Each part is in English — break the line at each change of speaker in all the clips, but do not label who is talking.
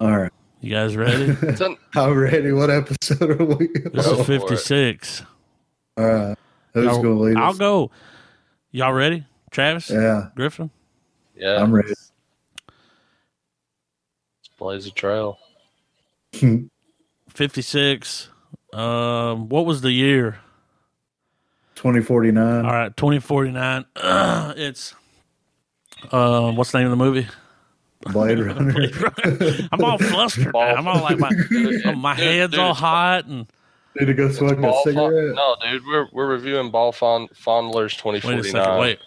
All right.
You guys ready?
It's on-
How ready? What episode are we?
This
Go
is
for it.
56.
All right. Who's
Y'all-
going to lead
I'll
us?
go. Y'all ready? Travis?
Yeah,
Griffin?
yeah,
I'm ready.
blaze a trail.
56. Um, what was the year?
2049.
All right, 2049. it's, uh, what's the name of the movie?
Blade Runner.
I'm all flustered. now. I'm all like, my, Oh, my
Dude,
head's
dude,
all
it's-
hot. And
Need to go smoke a
Ball Fon-
cigarette.
no, dude, we're, we're reviewing Ball Fond- Fondlers
wait
2049.
a second. Wait.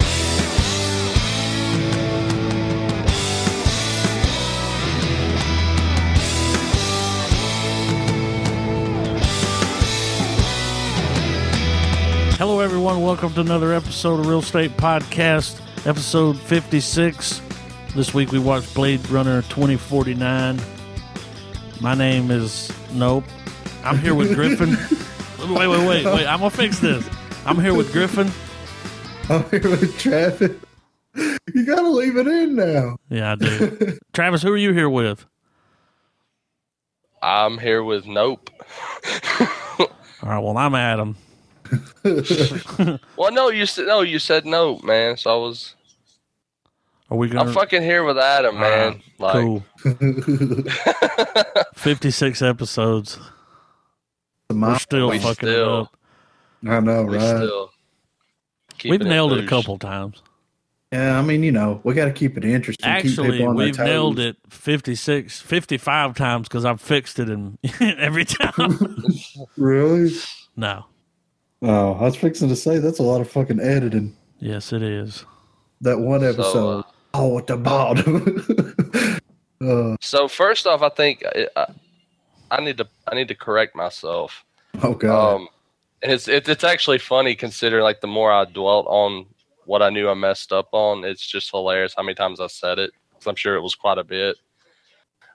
Hello, everyone. Welcome to another episode of Real Estate Podcast, episode 56. This week we watched Blade Runner 2049. My name is Nope. I'm here with Griffin. wait, wait, wait, wait. I'm going to fix this. I'm here with Griffin.
I'm here with traffic. You got to leave it in now.
Yeah, I do. Travis, who are you here with?
I'm here with Nope.
All right, well, I'm Adam.
well, no, you said no. You said Nope, man. So I was.
Are we
I'm
going
fucking here with Adam, man. like,
Ah, Cool. 56 episodes.
The
We're
mile-
still
We
fucking
still-
it up.
I know,
we
right?
still.
We've
keeping
nailed it a
loose.
couple times.
Yeah, I mean, you know, we got to keep it interesting. keep
Actually,
people on their
we've nailed
toes.
it 56, 55 times because I've fixed it in every time.
Really?
no.
Oh, I was fixing to say that's a lot of fucking editing.
Yes, it is.
That one
So,
episode.
uh,
oh, at the bottom. uh,
So first off, I think I, I, I need to I need to correct myself.
oh god.
Um, and it's it, it's actually funny considering like the more I dwelt on what I knew I messed up on, it's just hilarious how many times I said it. 'cause I'm sure it was quite a bit.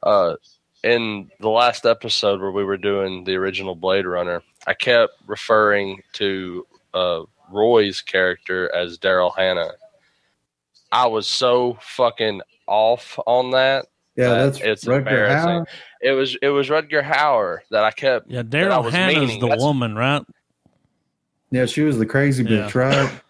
Uh, in the last episode where we were doing the original Blade Runner, I kept referring to uh, Roy's character as Daryl Hannah. I was so fucking off on that.
yeah,
that
that's
it's
Rutger
embarrassing.
Hauer.
It was it was Rudger Hauer that I kept.
Yeah,
I
Daryl
was
Hannah's
meaning.
the
That's-
woman, right?
Yeah, she was the crazy bitch, right?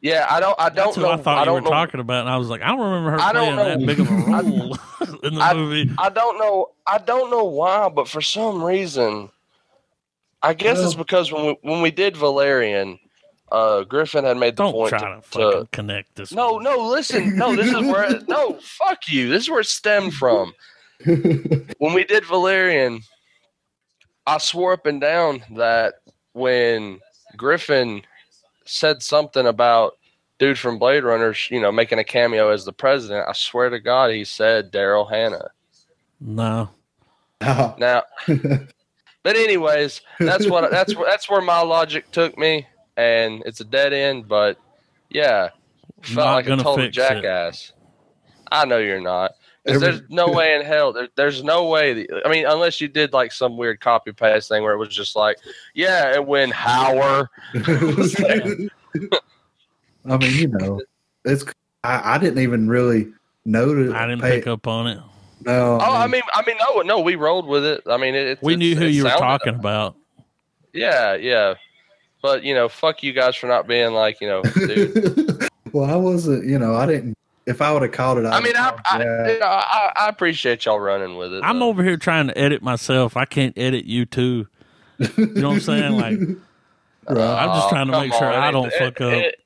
Yeah, I don't I don't
That's who
know.
I thought
I
you
don't
were
know,
talking about. And I was like, I don't remember her
I
playing
don't
that
know.
big of a
I-
role in the
I-
movie.
I don't know. I don't know why, but for some reason, I guess it's
Well-
because when we when we did Valerian, uh, Griffin had made the
Don't
point.
try
to-
to fucking connect this.
no, no, listen, no. This is where it- no. Fuck you. This is where it stemmed from. when we did Valerian, I swore up and down that when Griffin said something about dude from Blade Runner, sh- you know, making a cameo as the president, I swear to God, he said Daryl Hannah.
No.
Ah,
Now, but anyways, that's what that's where- that's where my logic took me, and it's a dead end. But yeah, felt
Not
like a
gonna
total
fix it.
jackass. I know you're not. 'Cause
Every-
there's no way in hell. There, there's no way. That, I mean, unless you did like some weird copy paste thing where it was just like, yeah, and when Howard.
I mean, you know, it's. I, I didn't even really notice.
I didn't
pay-
pick up on it.
No.
Oh, I mean, I mean, no, no, we rolled with it. I mean, it. it
We
it-
knew who
it
you were
sounded-
talking about.
Yeah, yeah, but you know, fuck you guys for not being like, you know, dude.
well, I wasn't. You know, I didn't. If I would have caught it,
I mean, I,
would've
I,
called it
you know, I, I appreciate y'all running with it.
I'm
though.
over here trying to edit myself. I can't edit you too.
out.
You know what I'm saying? Like,
Right.
I'm just
Aw,
trying to
Oh, come
make sure
on,
I
it
don't
ain't-
fuck
it-
up.
It,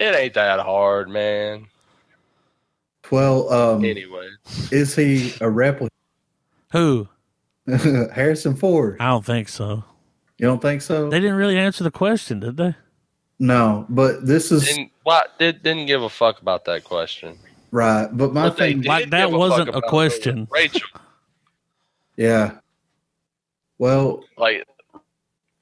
it ain't that hard, man.
well, um,
Anyway,
is he a replica?
Who?
Harrison Ford.
I don't think so.
You don't think so?
They didn't really answer the question, did they?
no, but this is
didn't what did didn't give a fuck about that question.
right. But my
But they
thing,
did
Like, that
give a fuck
wasn't a
about
question.
Rachel,
yeah. Well,
like,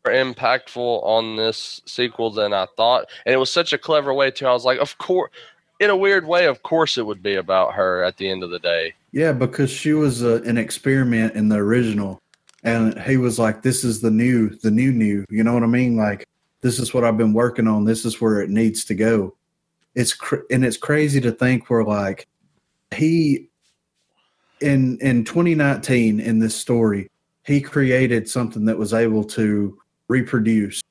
more impactful on this sequel than I thought, and it was such a clever way too. I was like, of course, in a weird way, of course, it would be about her at the end of the day.
Yeah, because she was uh, an experiment in the original, and he was like, "This is the new, the new, new." You know what I mean? Like, this is what I've been working on. This is where it needs to go. It's cr- and it's crazy to think we're like he in in 2019 in this story, he created something that was able to reproduce,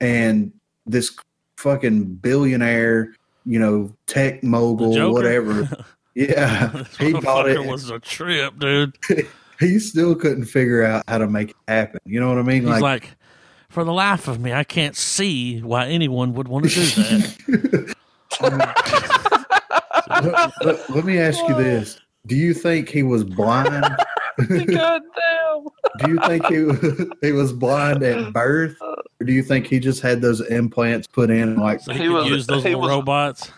and this fucking billionaire, you know, tech mogul,
Joker?
whatever. Yeah,
This
he bought it.
motherfucker was a trip, dude.
he still couldn't figure out how to make it happen. You know what I mean?
He's like, for the life of me, I can't see why anyone would want to do that.
let, let- let me ask you this: Do you think he was blind?
God damn.
do you think he he was blind at birth, or do you think he just had those implants put in? Like,
So he,
He
could
was-
use those
he
little
was-
robots.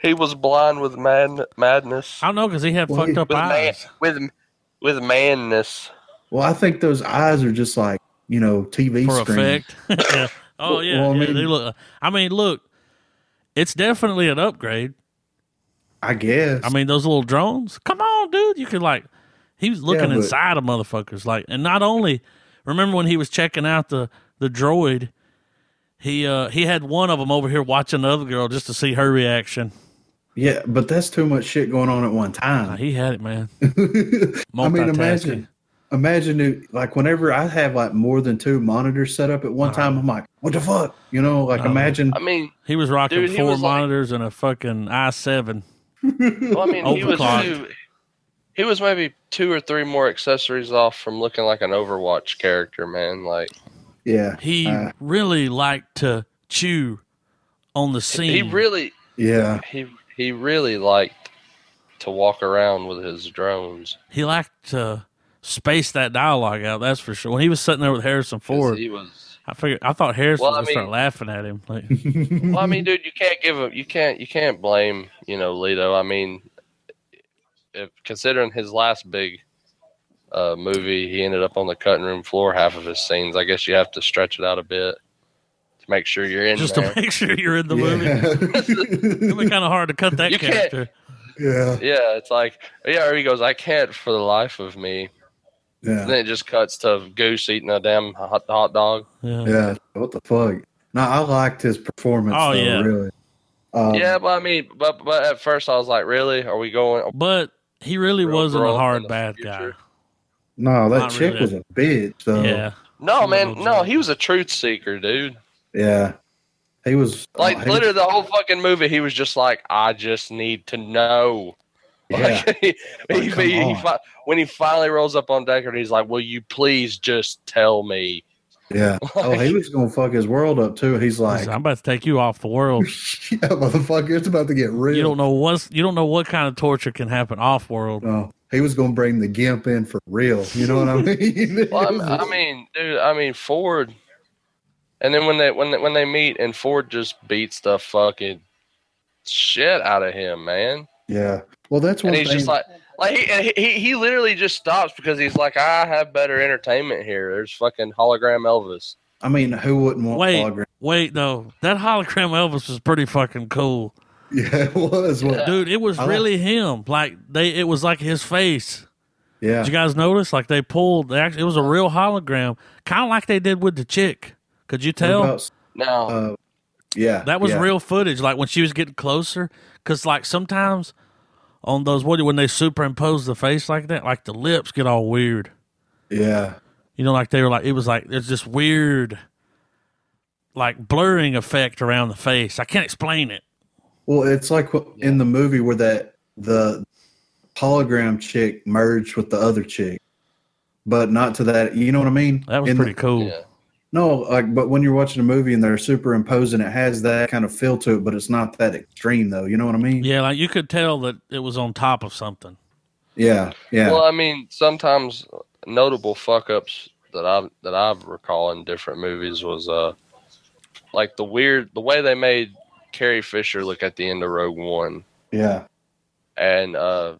He was blind with mad madness.
I don't know because he had
Well,
fucked
he-
up
With man,
eyes.
with with manness.
well, I think those eyes are just like you know TV
for
screen.
effect. yeah. Oh
Well,
yeah,
well, I
yeah,
mean-
they look. I mean, look, it's definitely an upgrade.
I guess.
I mean, those little drones. Come on, dude, you could like. He was looking
but-
inside of motherfuckers, like, and not only. Remember when he was checking out the the droid? He uh he had one of them over here watching the other girl just to see her reaction.
yeah, but that's too much shit going on at one
Nah,
time.
he had it, man.
I mean,
Multitasking.
imagine, imagine it, like whenever I have like more than two monitors set up at one time, I'm like, what the fuck, you know? Like,
Uh-huh.
imagine
I mean,
He was rocking
Dude, he
four
was like-
monitors and a fucking i seven.
well, I mean, he was
Overclocked.
two, he was maybe two or three more accessories off from looking like an Overwatch character, man. Like
Yeah.
He
Uh,
really liked to chew on the scene.
he really
yeah.
he he really liked to walk around with his drones.
he liked to space that dialogue out. That's for sure. When he was sitting there with Harrison
'cause
Ford,
He was.
I figured I thought Harrison
Well, I
was gonna start
mean-
laughing at him. Like,
Well, I mean, dude, you can't give him. You can't. You can't blame. You know, Leto. I mean, if considering his last big uh, movie, he ended up on the cutting room floor half of his scenes. I guess you have to stretch it out a bit to make sure you're in
just
there.
to make sure you're in the movie. It'd be
movie.
kind of hard to cut that
You can't-
character.
yeah.
yeah, it's like yeah. Or he goes, I can't for the life of me. And
Yeah.
then it just cuts to Goose eating a damn hot, hot dog.
Yeah.
Yeah. What the fuck? No, I liked his performance.
Oh,
though,
yeah.
Really. Um,
yeah, but I mean, but but at first I was like, really? Are we going?
But he really
Real
wasn't a
girl
hard
in the
bad guy.
future.
No, that
Not
chick
really.
was a bitch. Though.
Yeah.
No,
Little
man, no.
drone.
He was a truth seeker, dude.
Yeah. He was oh,
Like
he was-
literally the whole fucking movie, he was just like, "I just need to know."
Yeah.
Like, he,
Like,
he-
come
he
on.
fi- when he finally rolls up on Deckard, he's like, "Will you please just tell me?"
yeah. Oh, he was gonna fuck his world up too. He's
He
like,
said, I'm about to take you off the world.
yeah, motherfucker, it's about to get real.
you don't know what's you don't know what kind of torture can happen off world.
No, he was gonna bring the gimp in for real. You know what I mean?
Well, I'm- I mean, dude, I mean Ford. And then when they when they, when they meet, and Ford just beats the fucking shit out of him, man.
yeah. Well, that's one
and he's
thing.
just like, like he, and he he literally just stops because he's like, "I have better entertainment here." There's fucking hologram Elvis.
I mean, who wouldn't want
Wait.
Hologram?
Wait, no, that hologram Elvis was pretty fucking cool,
Yeah, it was. Yeah.
dude. It was
I like-
really him. Like they, it was like his face.
yeah.
Did you guys notice? Like they pulled, they actually, it was a real hologram, kind of like they did with the chick. Could you
What
tell?
about-
Now,
uh, yeah.
that was
yeah.
real footage. Like when she was getting closer, because like sometimes on those what when they superimpose the face like that, like the lips get all weird.
Yeah.
You know, like they were like it was like there's this weird, like blurring effect around the face. I can't explain it.
Well, it's like wh- in the movie where that the hologram chick merged with the other chick, but not to that. You know what I mean?
That was
In-
pretty cool.
yeah.
No, like, but when you're watching a movie and they're superimposing, it has that kind of feel to it, but it's not that extreme, though. You know what I mean?
yeah, like you could tell that it was on top of something.
Yeah. Yeah.
Well, I mean, sometimes notable fuck ups that I that I recall in different movies was uh, like the weird the way they made Carrie Fisher look at the end of Rogue One,
yeah.
and uh,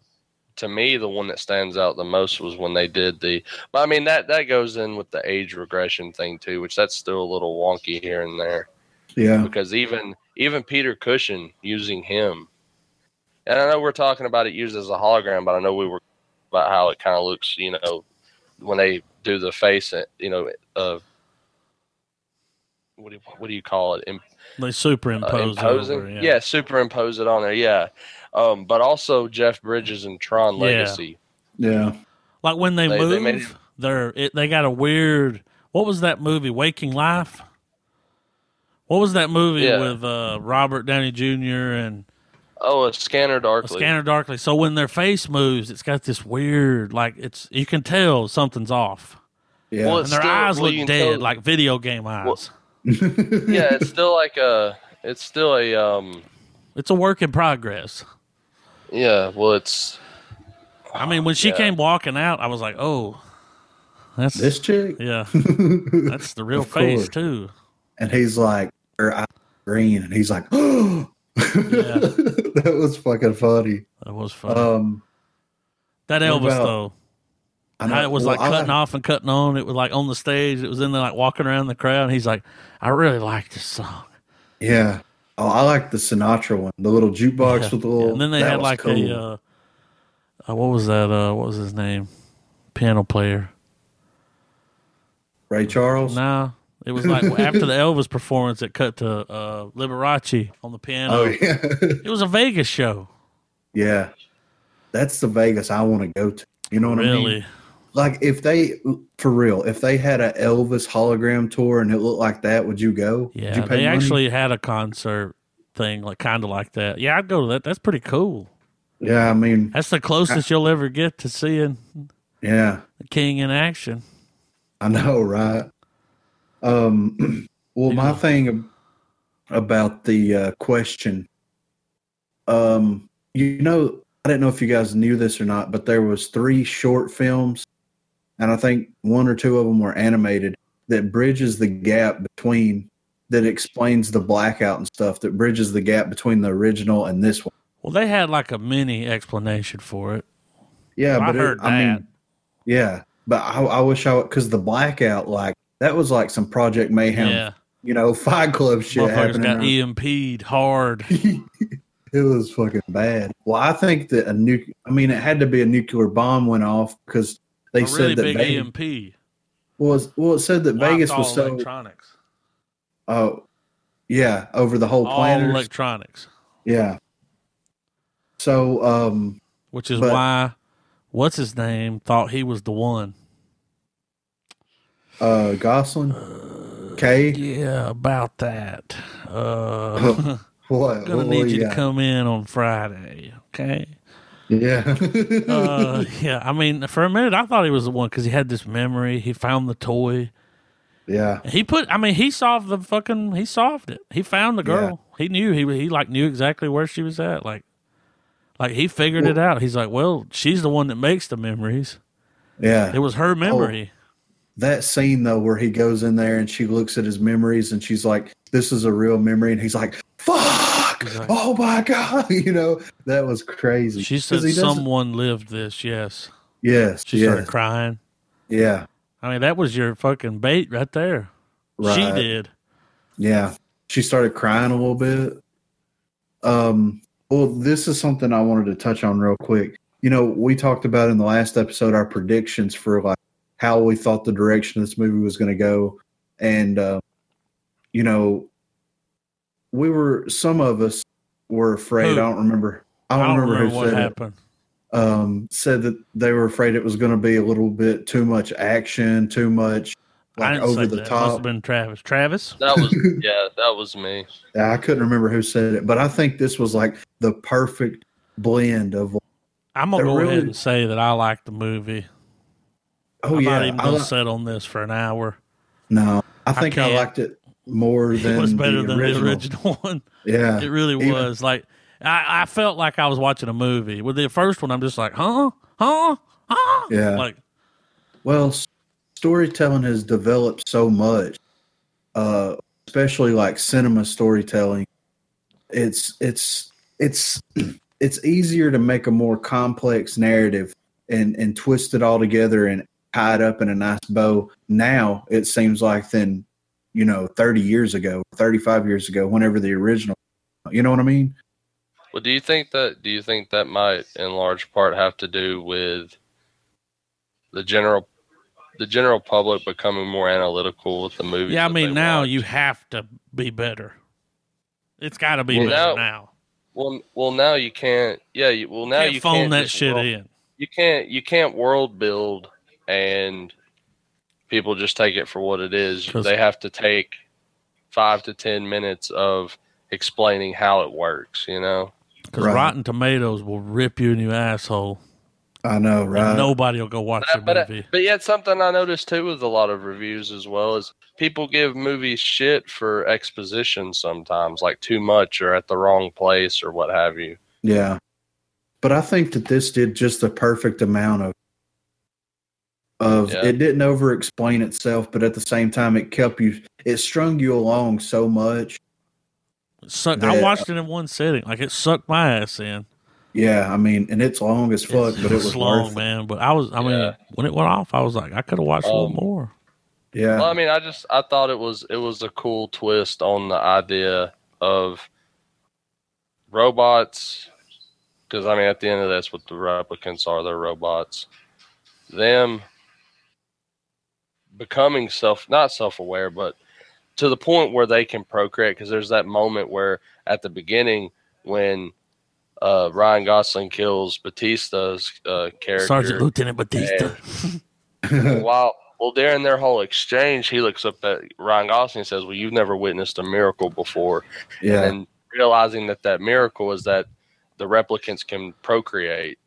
to me the one that stands out the most was when they did the. But I mean that that goes in with the age regression thing too, which that's still a little wonky here and there
Yeah.
because even even Peter Cushing using him, and I know we're talking about it used as a hologram, but I know we were about how it kind of looks, you know, when they do the face, uh, you know, uh, what do you, what do you call it? Im-
They superimpose.
uh, imposing,
Over,
yeah. superimpose it on there, yeah. Um, but also Jeff Bridges and Tron
Yeah.
Legacy.
Yeah.
Like when they,
They-
move,
they
they
made it-
are it, they got a weird. What was that movie? Waking Life. What was that movie
Yeah.
with uh, Robert Downey Jr. and
Oh, a Scanner
a
Darkly.
Scanner Darkly? So when their face moves, it's got this weird, like it's you can tell something's off,
Yeah.
Well,
and
It's
their
still-
eyes
well,
look
you
dead,
can tell-
like video game eyes.
Well- yeah, it's still like a. It's still a. Um,
it's a work in progress.
yeah, well, it's.
I mean, when she
Yeah.
came walking out, I was like, oh, that's
this chick.
yeah,
and
that's the real
Of course.
face too.
he's like, her eyes are green. And he's like, oh. that was fucking funny.
That was fun.
Um,
that
what
Elvis
about-
though.
I
How it was like
well,
cutting
I,
off and cutting on. It was like on the stage. It was in there like walking around the crowd. And he's like, I really like this song.
Yeah. Oh, I like the Sinatra one, the little jukebox
Yeah.
with the little.
and then they
that
had
was
like
cool.
a uh, uh, what was that? Uh, what was his name? Piano player.
Ray Charles.
No, it was like after the Elvis performance, it cut to uh, Liberace on the piano.
Oh yeah,
It was a Vegas show.
yeah. That's the Vegas I want to go to. You know what I mean?
really,
Like if they, for real, if they had an Elvis hologram tour and it looked like that, would you go? Would
yeah.
you
They
money?
actually had a concert thing like kind of like that. Yeah, I'd go to that. That's pretty cool.
Yeah, I mean,
That's the closest you'll ever get to seeing
yeah,
the King in action.
I know, right? Um, well, my
Yeah.
thing ab- about the uh, question, um, you know, I didn't know if you guys knew this or not, but there was three short films, and I think one or two of them were animated that bridges the gap between that explains the blackout and stuff that bridges the gap between the original and this one.
Well, they had like a mini explanation for it.
Yeah,
I
but it-
heard
I
that.
mean, yeah, but I, I wish I because the blackout like that was like some Project Mayhem
yeah,
you know, Fight Club shit
motherfuckers
happening.
got
around-
EMP'd hard.
it was fucking bad. Well, I think that a nu I mean, it had to be a nuclear bomb went off because they
a
said
really
that
big E
Vegas
EMP.
was well. It said that Vegas
Wiped
was
all
so.
electronics.
Oh, yeah, over the whole
All
planet.
electronics,
yeah. So, um,
which is
But-
why what's his name thought he was the one.
uh, Gosling, K,
Yeah, about that. Uh,
what?
gonna
what
need
do
you to
got?
come in on Friday, okay?
Yeah.
Uh, yeah, I mean, for a minute I thought he was the one because he had this memory. He found the toy.
yeah.
He put. I mean, he solved the fucking. He solved it. He found the girl. He knew. He he like knew exactly where she was at. Like, like he figured it out. He's like, well, she's the one that makes the memories.
Yeah.
It was her memory.
that scene though where he goes in there and she looks at his memories and she's like this is a real memory and he's like fuck
He's like-
oh my god you know that was crazy
She
'Cause
said
he doesn't-
someone lived this. Yes,
yes
she
yes,
started crying.
yeah
I mean, that was your fucking bait right there.
right
She did.
yeah she started crying a little bit um well this is something i wanted to touch on real quick you know we talked about in the last episode our predictions for like how we thought the direction this movie was going to go and uh, you know we were some of us were afraid
Who?
i don't remember i
Hmm. I
don't,
don't
remember,
remember
who
what
said it
happened.
um said that they were afraid it was going to be a little bit too much action too much
I
like
didn't say
over the
that. Must
top
have been Travis. Travis.
That was yeah, that was me.
Yeah, I couldn't remember who said it, but I think this was like the perfect blend of. oh,
I'm gonna
They're
go ahead
really-
and say that I like the movie.
Oh
I'm
yeah,
not even
I
gonna
li-
sit on this for an hour.
no, I
I
think I,
can't.
liked it more than
it was better
the
than
original.
the original one.
Yeah,
It really
Even-
was. Like I, I felt like I was watching a movie. With the first one, I'm just like, huh, huh, huh.
Yeah.
Like
well, s- storytelling has developed so much, uh, especially like cinema storytelling. It's it's it's it's easier to make a more complex narrative and and twist it all together and tie it up in a nice bow. Now it seems like than you know thirty years ago, thirty five years ago, whenever the original. You know what I mean?
Well, do you think that do you think that might in large part have to do with the general the general public becoming more analytical with the movies.
Yeah, I
that
mean
they
now
watch.
you have to be better. It's got to be
Well,
better
now-
now.
well, well now you can't. Yeah, you, well now
can't
you
phone
can't
that
just
shit
roll-
in.
You can't you can't world build and people just take it for what it is.
'Cause-
They have to take five to ten minutes of explaining how it works. You know.
Because
Right.
Rotten Tomatoes will rip you in your asshole,
I know, right?
and nobody will go watch
Uh,
the
but, uh,
movie.
but yet something I noticed too with a lot of reviews as well is people give movies shit for exposition sometimes, like too much or at the wrong place or what have you.
Yeah. But I think that this did just the perfect amount of of
Yeah.
it didn't over explain itself, but at the same time it kept you it strung you along so much.
It sucked- I
that-
watched it in one sitting. Like it sucked my ass in.
Yeah, I mean, and it's long as fuck, but it was
long,
worth it.
man. But I was, I mean,
Yeah.
when it went off, I was like, I could have watched a little
Um,
more.
Yeah.
Well, I mean, I just I thought it was it was a cool twist on the idea of robots, because I mean, at the end of that's what the replicants are. They're robots. Them becoming self not self aware, but to the point where they can procreate. Because there's that moment where at the beginning when uh, Ryan Gosling kills Batista's uh, character,
Sergeant Lieutenant Batista.
while well during their whole exchange he looks up at ryan gosling and says well you've never witnessed a miracle before
yeah.
and realizing that that miracle is that the replicants can procreate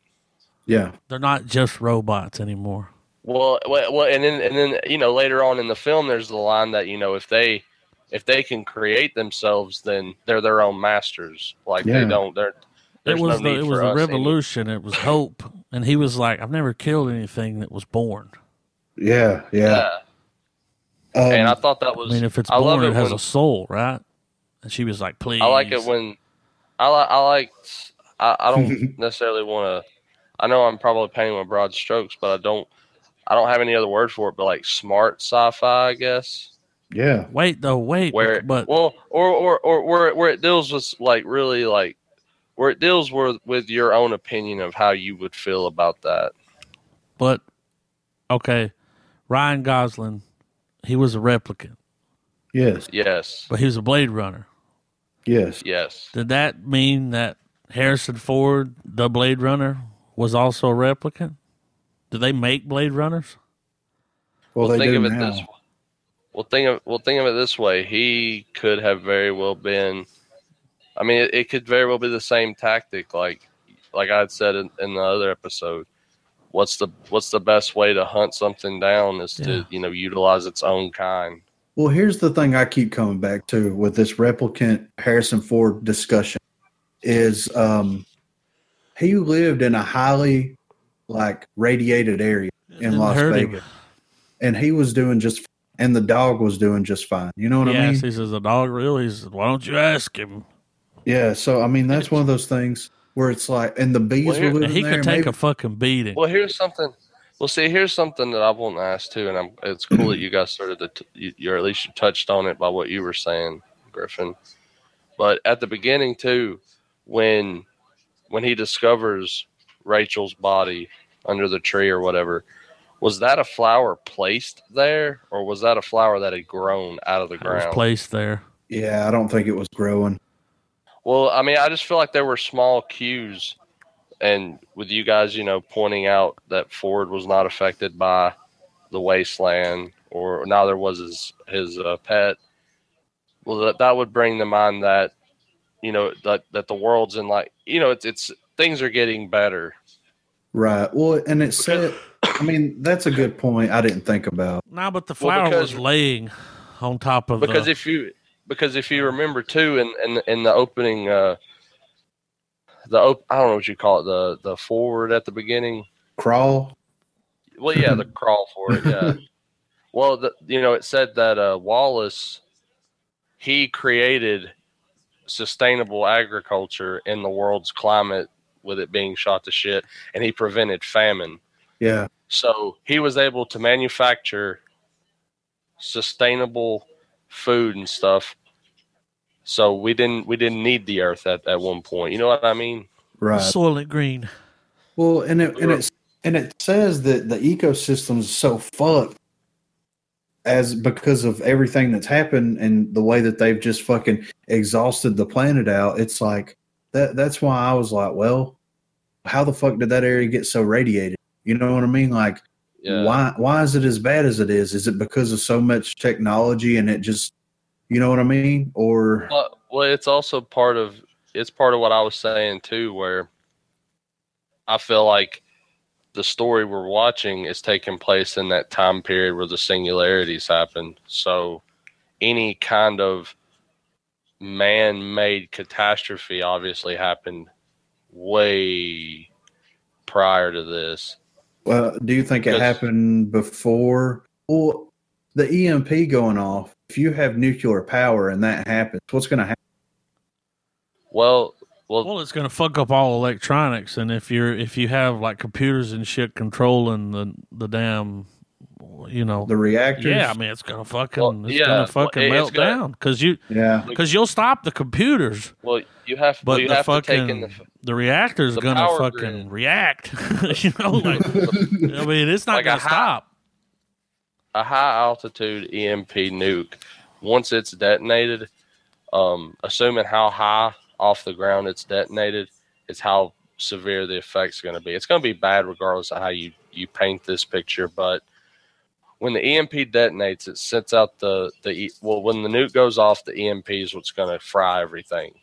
Yeah.
They're not just robots anymore.
well, well well, and then and then you know later on in the film there's the line that you know if they if they can create themselves then they're their own masters like
Yeah.
they don't they're
It
there's no
was the,
need
it
for
was a
us any-
revolution. It was hope, and he was like, I've never killed anything that was born.
Yeah. Yeah.
yeah.
Um,
and i thought that
I
was
mean, if it's
I love
born, it,
it
has
when-
a soul, right? And she was like, please.
I like it when I like I like I, I don't necessarily want to. I know I'm probably painting with broad strokes, but I don't. I don't have any other word for it, but like smart sci-fi, I guess.
yeah.
Wait though, wait.
Where
but
well, or or or where it- where it deals with like really like where it deals with with your own opinion of how you would feel about that.
but okay, Ryan Gosling, he was a replicant,
Yes.
Yes,
but he was a Blade Runner.
Yes.
yes.
Did that mean that Harrison Ford, the Blade Runner, was also a replicant? Did they make Blade Runners?
Well, they
think
do
of it
now.
this. Well, think of well, think of it this way. He could have very well been. I mean, it, it could very well be the same tactic, like like I had said in, in the other episode. What's the what's the best way to hunt something down is
Yeah.
to you know utilize its own kind.
Well, here's the thing I keep coming back to with this replicant Harrison Ford discussion is um he lived in a highly like radiated area in
Didn't
Las
hurt him.
Vegas. And he was doing just and the dog was doing just fine. You know what I
yes,
mean?
he says the dog really. He says, why don't you ask him?
Yeah, so I mean that's one of those things where it's like and the bees
Well, here-
were
And
living
he
there.
could take
maybe-
a fucking beating.
Well, here's something. Well, see, here's something that I want to ask too, and I'm, it's cool that you guys started to, t- you, you- or at least you touched on it by what you were saying, Griffin. But at the beginning too, when when he discovers Rachel's body under the tree or whatever, was that a flower placed there, or was that a flower that had grown out of the
It was
ground?
placed there.
yeah, I don't think it was growing.
Well, I mean, I just feel like there were small cues, and with you guys, you know, pointing out that Ford was not affected by the wasteland, or neither was his his uh, pet. Well, that that would bring to mind that you know that that the world's in like you know it's it's things are getting better.
Right. Well, and it said I mean, that's a good point I didn't think about.
No, but the
Well,
flower
because-
was laying on top of uh,
because
the,
if you because if you remember too in in, in the opening uh the op- I don't know what you call it the the forward at the beginning
Crawl.
Well, yeah, the crawl for it. Yeah. well, the, you know, it said that uh, Wallace he created sustainable agriculture in the world's climate with it being shot to shit, and he prevented famine.
Yeah.
So he was able to manufacture sustainable food and stuff. So we didn't we didn't need the earth at, at one point. You know what I mean?
Right.
soil and green.
Well, and it and it's And it says that the ecosystem is so fucked as because of everything that's happened and the way that they've just fucking exhausted the planet out. It's like that. That's why I was like, well, how the fuck did that area get so radiated? You know what I mean? Like,
Yeah.
why why is it as bad as it is? Is it because of so much technology and it just, you know what I mean? Or
Well, well, it's also part of it's part of what I was saying too, where I feel like the story we're watching is taking place in that time period where the singularities happened. So any kind of man-made catastrophe obviously happened way prior to this.
Well, do you think it
Because-
happened before? Well, the EMP going off. If you have nuclear power and that happens, what's going to happen?
Well, well,
Well, it's going to fuck up all electronics, and if you're if you have like computers and shit controlling the the damn, you know,
The reactors.
yeah, I mean, it's going to fucking
Well,
it's
yeah,
going
well,
to fucking
it's
melt
gonna-
down because you
yeah.
because you'll stop the computers,
well, you have
but
well, you
the
have to take
fucking
in the
the, reactor's
the
going to
power
fucking
grid.
react, you know, like I mean, it's not
Like a
going to
high-
stop.
a high altitude EMP nuke, once it's detonated, um, assuming how high off the ground it's detonated, is how severe the effect's going to be. It's going to be bad regardless of how you, you paint this picture, but when the EMP detonates, it sets out the, the E- well, when the nuke goes off, the EMP is what's going to fry everything.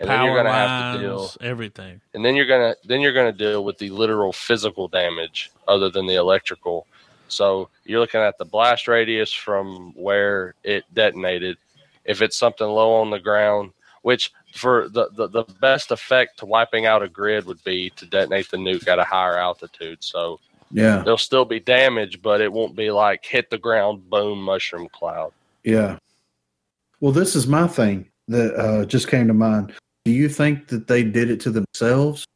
And then
Power
you're going to have to deal
lines, everything.
and then you're gonna then you're gonna deal with the literal physical damage other than the electrical. So you're looking at the blast radius from where it detonated. If it's something low on the ground, which for the, the, the best effect to wiping out a grid would be to detonate the nuke at a higher altitude. So
Yeah.
there'll still be damage, but it won't be like hit the ground, boom, mushroom cloud.
Yeah. Well, this is my thing that uh, just came to mind. Do you think that they did it to themselves?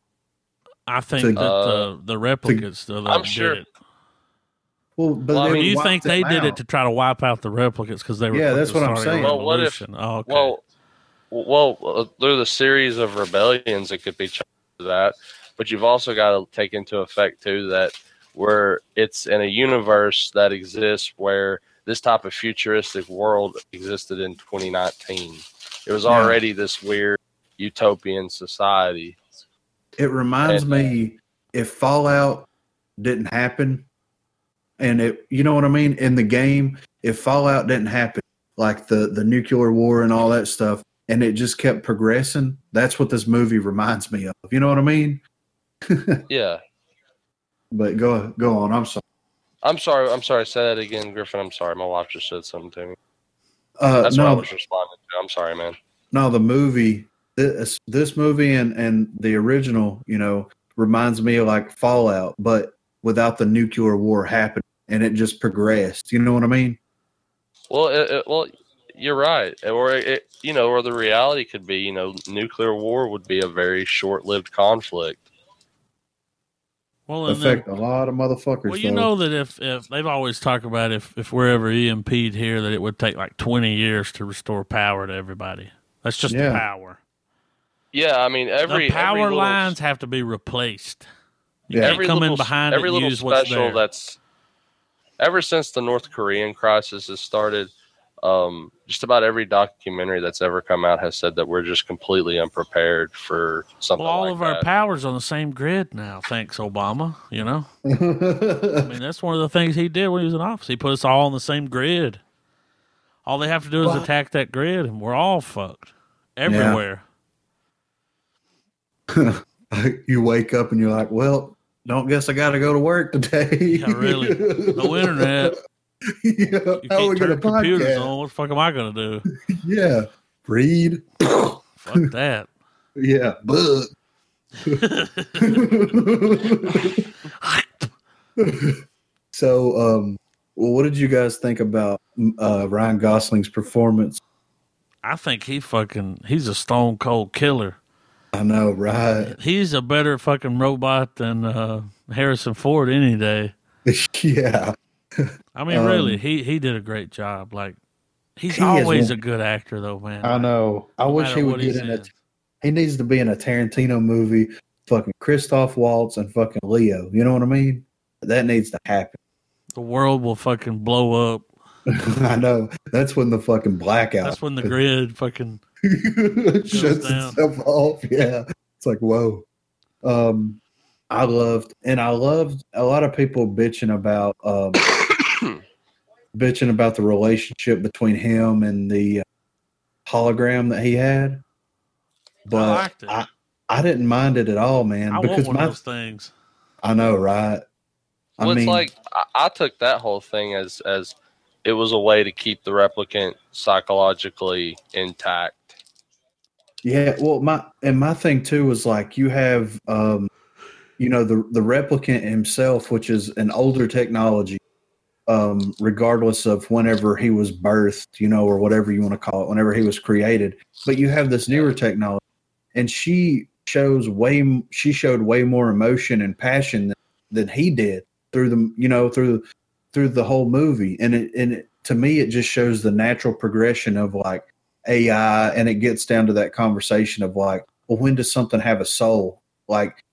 I think
To-
that
Uh,
the the replicates though, that
I'm
did
sure-
it.
Well, but
Well, I
they
mean,
Do
They
you
wiped
think they did it
out.
to try to wipe out the replicants because they were
Yeah, that's
fucking
what I'm
starting a
saying.
Well, what if-
revolution? Oh, okay.
Well, well, uh, through the series of rebellions, it could be ch- that, but you've also got to take into effect too that where it's in a universe that exists where this type of futuristic world existed in 2019. It was
Yeah.
already this weird utopian society.
It reminds
And-
me if Fallout didn't happen, and it, you know what I mean, in the game, if Fallout didn't happen, like the the nuclear war and all that stuff, and it just kept progressing, that's what this movie reminds me of. You know what I mean?
Yeah,
But go go on. I'm sorry.
I'm sorry. I'm sorry. Say that again, Griffin. I'm sorry. My wife just said something to me.
Uh,
That's what I
no,
was responding to. I'm sorry, man.
no, the movie, this this movie and and the original, you know, reminds me of like Fallout, but without the nuclear war happening, and it just progressed. You know what I mean?
Well, it, it, well, you're right. Or it, you know, or the reality could be, you know, nuclear war would be a very short-lived conflict.
well, and then,
affect a lot of motherfuckers.
well, you
though.
know that if, if they've always talked about if if we're ever EMP'd here, that it would take like twenty years to restore power to everybody. That's just
Yeah.
the power.
Yeah, I mean, every
the power
every little-
lines have to be replaced. You
Yeah.
can't come in
little-
behind
every
it and
little
use what's
special
there.
that's ever since the North Korean crisis has started. Um, just about every documentary that's ever come out has said that we're just completely unprepared for something
well, all
like
of our
that.
power's on the same grid now, thanks Obama. You know, I mean that's one of the things he did when he was in office. He put us all on the same grid. All they have to do is
Well-
attack that grid, and we're all fucked everywhere.
you wake up and you're like, well, don't guess I got to go to work today.
Yeah, really. No internet.
yeah.
You
How we going
can't turn
to
the computers
podcast?
on. What the fuck am I gonna do?
Yeah. Read.
fuck that.
yeah. Book. so, um, well, what did you guys think about uh, Ryan Gosling's performance?
I think he fucking he's a stone cold killer.
I know, right?
He's a better fucking robot than uh, Harrison Ford any day.
yeah.
I mean,
Um,
really, he he did a great job. Like he's
He is
always
one-
a good actor, though, man.
I know. I
No
wish
matter
he would
what
get
he's
in
in.
it. He needs to be in a Tarantino movie fucking Christoph Waltz and fucking Leo. You know what I mean? That needs to happen.
The world will fucking blow up.
I know. That's when the fucking blackout.
That's when the grid fucking.
shuts
down.
itself off. Yeah. It's like, whoa. Um, I loved, and I loved a lot of people bitching about, um, bitching about the relationship between him and the uh, hologram that he had.
I
But
liked it.
I, I didn't mind it at all, man.
I want
because
one
my,
of those things.
I know, right?
Well, it's like I, I took that whole thing as as it was a way to keep the replicant psychologically intact.
Yeah, well, my and my thing too was like you have, um, you know, the the replicant himself, which is an older technology, um, regardless of whenever he was birthed, you know, or whatever you want to call it, whenever he was created. But you have this newer technology, and she shows way m- she showed way more emotion and passion than, than he did through the you know through through the whole movie, and it and it, to me it just shows the natural progression of like AI and it gets down to that conversation of like, well, when does something have a soul? Like,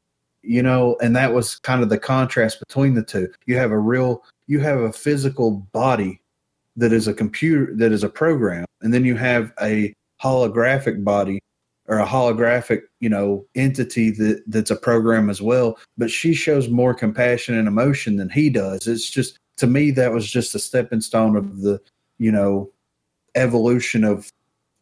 you know, and that was kind of the contrast between the two. You have a real, you have a physical body that is a computer, that is a program, and then you have a holographic body or a holographic, you know, entity that that's a program as well. But she shows more compassion and emotion than he does. It's just to me that was just a stepping stone of the, you know, evolution of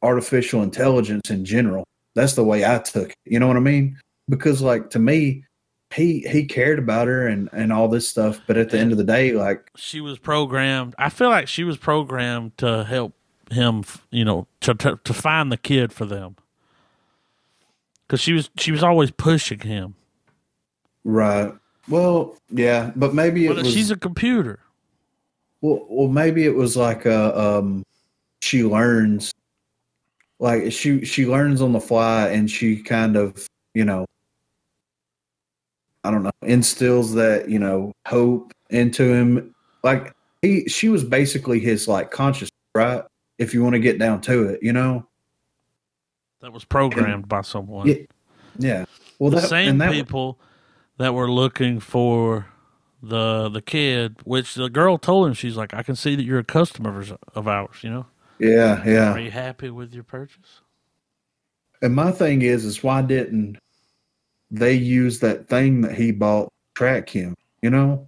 artificial intelligence in general. That's the way I took it. You know what I mean? Because like to me, he he cared about her and and all this stuff, but at the end of the day, like
She was programmed. I feel like she was programmed to help him. f- You know, to to, to find the kid for them. Because she was she was always pushing him.
right. Well, yeah, but maybe it
But
was
she's a computer.
well, well maybe it was like uh um she learns like she she learns on the fly and she kind of, you know, I don't know, instills that, you know, hope into him. Like he she was basically his like conscious, right? If you want to get down to it, you know?
that was programmed by someone.
Yeah, Yeah. Well
the
that
same
and that
people that were looking for the the kid, which the girl told him, she's like, "I can see that you're a customer of- of ours. You know,
Yeah,
are
yeah.
you happy with your purchase?"
And my thing is is why didn't they use that thing that he bought to track him, you know?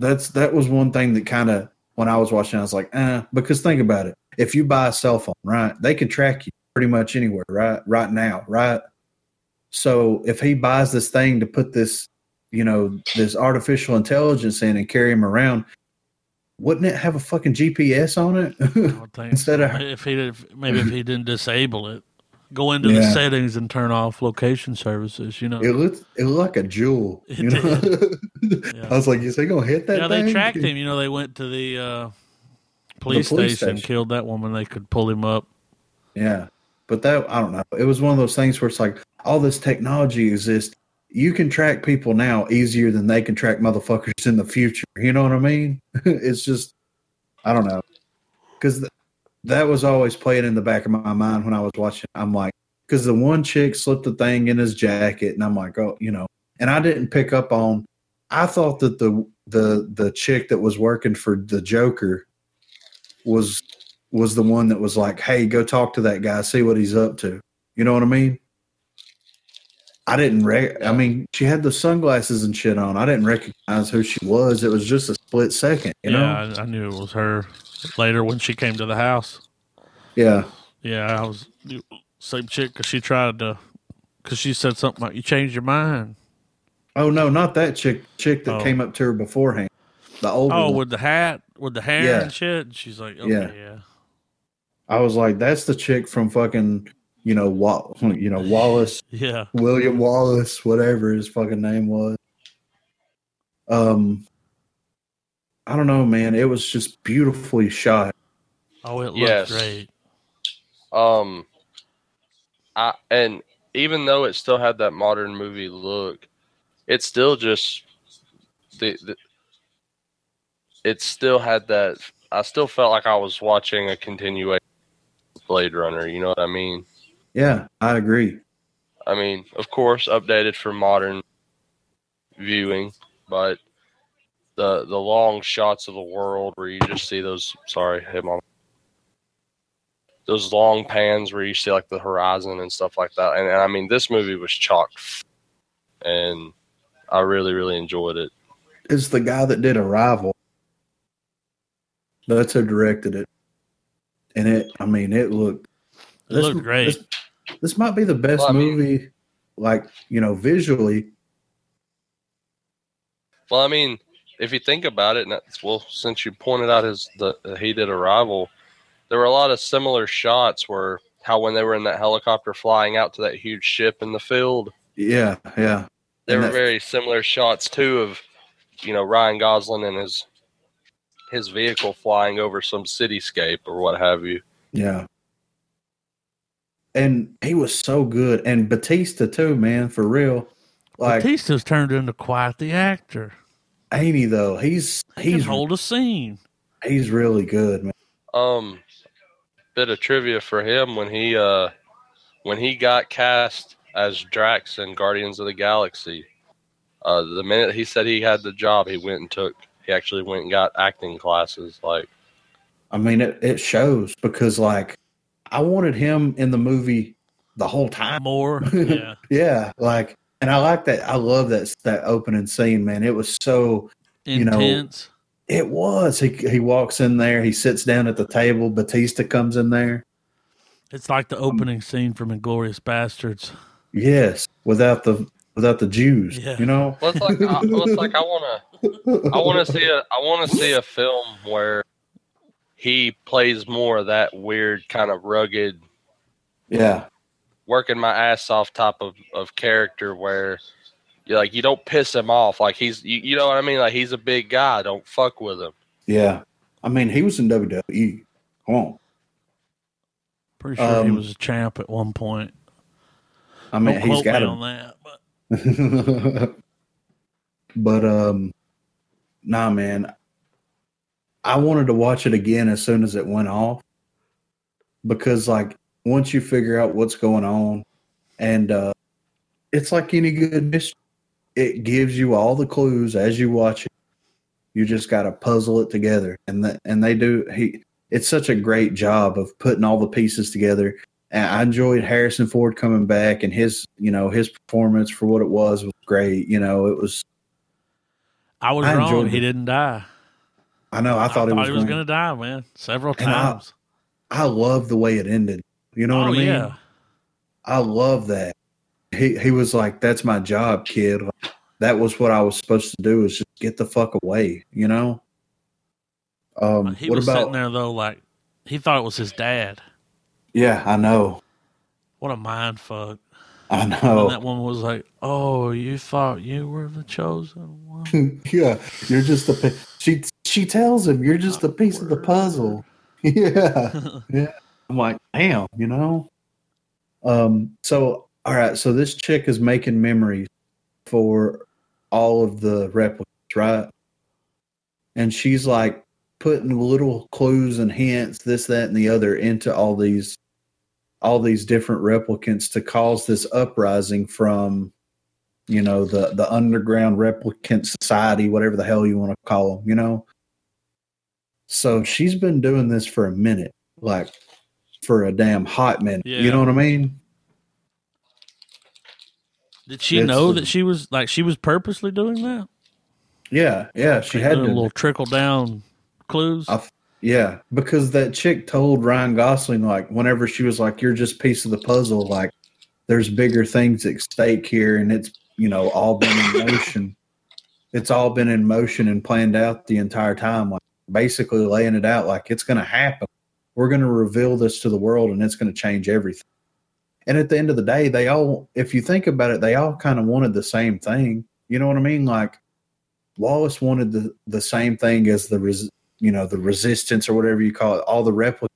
That's that was one thing that kind of when I was watching, I was like, eh, because think about it. If you buy a cell phone, right, they can track you pretty much anywhere, right? Right now, right? So if he buys this thing to put this, you know, this artificial intelligence in and carry him around, wouldn't it have a fucking GPS on
I
it?
would think
Instead of-
if he did, maybe if he didn't disable it, go into the
Yeah.
settings and turn off location services. You know,
it looked it looked like a jewel.
It
you know?
Yeah.
I was like, is they gonna hit that?
yeah,
thing?
they tracked him. You know, they went to the uh, police,
police
station,
station.
killed that woman. They could pull him up.
Yeah. But that I don't know. It was one of those things where it's like all this technology exists. You can track people now easier than they can track motherfuckers in the future. You know what I mean? it's just I don't know. Cuz that was always playing in the back of my mind when I was watching. I'm like cuz the one chick slipped the thing in his jacket and I'm like, "Oh, you know." And I didn't pick up on I thought that the the the chick that was working for the Joker was was the one that was like, "Hey, go talk to that guy, see what he's up to." You know what I mean? I didn't. Rec- I mean, she had the sunglasses and shit on. I didn't recognize who she was. It was just a split second. You
yeah,
know?
I, I knew it was her. Later, when she came to the house.
Yeah.
Yeah, I was same chick because she tried to, because she said something like, "You changed your mind."
Oh no, not that chick. Chick that
Oh.
came up to her beforehand. The older.
Oh,
one.
with the hat, with the hair
Yeah.
and shit. And she's like, "Okay,
Yeah.
yeah,
I was like, "That's the chick from fucking, you know, Wall, you know, Wallace
yeah."
William Wallace, whatever his fucking name was. Um, I don't know, man. It was just beautifully shot.
Oh, it looked
Yes.
great.
Um, I and even though it still had that modern movie look, it still just the, the it still had that. I still felt like I was watching a continuation of Blade Runner. You know what I mean?
Yeah, I agree.
I mean, of course, updated for modern viewing, but the the long shots of the world where you just see those. Sorry, hit my those long pans where you see like the horizon and stuff like that. And, and I mean, this movie was chock, f- and I really really enjoyed it.
It's the guy that did Arrival. That's who directed it, and it. I mean, it looked.
It looked great.
This, this might be the best
Well, I mean-
movie, like you know, visually.
Well, I mean, if you think about it, and that's, well, since you pointed out his the he did Arrival, there were a lot of similar shots where how when they were in that helicopter flying out to that huge ship in the field,
Yeah, yeah.
there
And that-
were very similar shots too of you know Ryan Gosling and his his vehicle flying over some cityscape or what have you.
Yeah. And he was so good. And Batista too, man, for real. Like
Batista's turned into quite the actor.
ain't he though? He's
He can
he's
hold a scene.
he's really good, man.
Um, bit of trivia for him when he uh when he got cast as Drax in Guardians of the Galaxy. Uh, the minute he said he had the job, he went and took. He actually went and got acting classes. Like,
I mean it, it shows because like I wanted him in the movie the whole time.
More, yeah.
Yeah. Like and I like that I love that that opening scene, man. It was so You know,
Intense.
it was. He he walks in there, he sits down at the table, Batista comes in there.
it's like
um,
the opening scene from Inglorious Bastards.
Yes, without the without the Jews,
Yeah.
you know?
well, it's like, I, well, it's like I want to. I want to see a. I want to see a film where he plays more of that weird kind of rugged
Yeah.
working my ass off type of, of character where you like you don't piss him off like he's you, you know what I mean like he's a big guy don't fuck with him
Yeah. I mean, he was in WWE. Come on.
Pretty sure he
Um,
was a champ at one point.
I mean,
Don't
he's
quote
got
me
him.
on that. But
but um nah man. I wanted to watch it again as soon as it went off. Because like once you figure out what's going on and uh it's like any good mystery. It gives you all the clues as you watch it. You just gotta puzzle it together. And that and they do he it's such a great job of putting all the pieces together and I enjoyed Harrison Ford coming back and his, you know, his performance for what it was was great. You know, it was.
I was
I
wrong.
enjoyed
He
it.
didn't die.
I know. I thought, it was.
going
gonna.
to die, man, several
And I-
times.
I love the way it ended. You know what I
oh
mean?
yeah,
I love that. He he was like, "That's my job, kid. That was what I was supposed to do. Is just get the fuck away." You know. Um.
he
what
was sitting
about?
there though, like he thought it was his dad.
Yeah, I know.
What a mind fuck.
I
And
know.
that woman was like, "Oh, you thought you were the chosen one."
yeah, you're just a. pi- She she tells him you're just a piece of the puzzle. Yeah. I'm like, damn, you know. Um. So, all right. So this chick is making memories for all of the replicas, right? And she's like putting little clues and hints, this, that, and the other, into all these, all these different replicants to cause this uprising from, you know, the the underground replicant society, whatever the hell you want to call them, you know. So she's been doing this for a minute, like for a damn hot minute.
Yeah.
You know what I mean?
Did she
It's
know
the-
that she was like she was purposely doing that?
Yeah, yeah. She
Like,
had
doing
to.
little trickle down clues.
I- Yeah, because that chick told Ryan Gosling like whenever she was like, "You're just piece of the puzzle. Like, there's bigger things at stake here, and it's you know all been in motion. It's all been in motion and planned out the entire time. Like, basically laying it out like it's going to happen. We're going to reveal this to the world, and it's going to change everything. And at the end of the day, they all, if you think about it, they all kind of wanted the same thing. You know what I mean? Like Wallace wanted the the same thing as the res, you know the resistance or whatever you call it all the replicas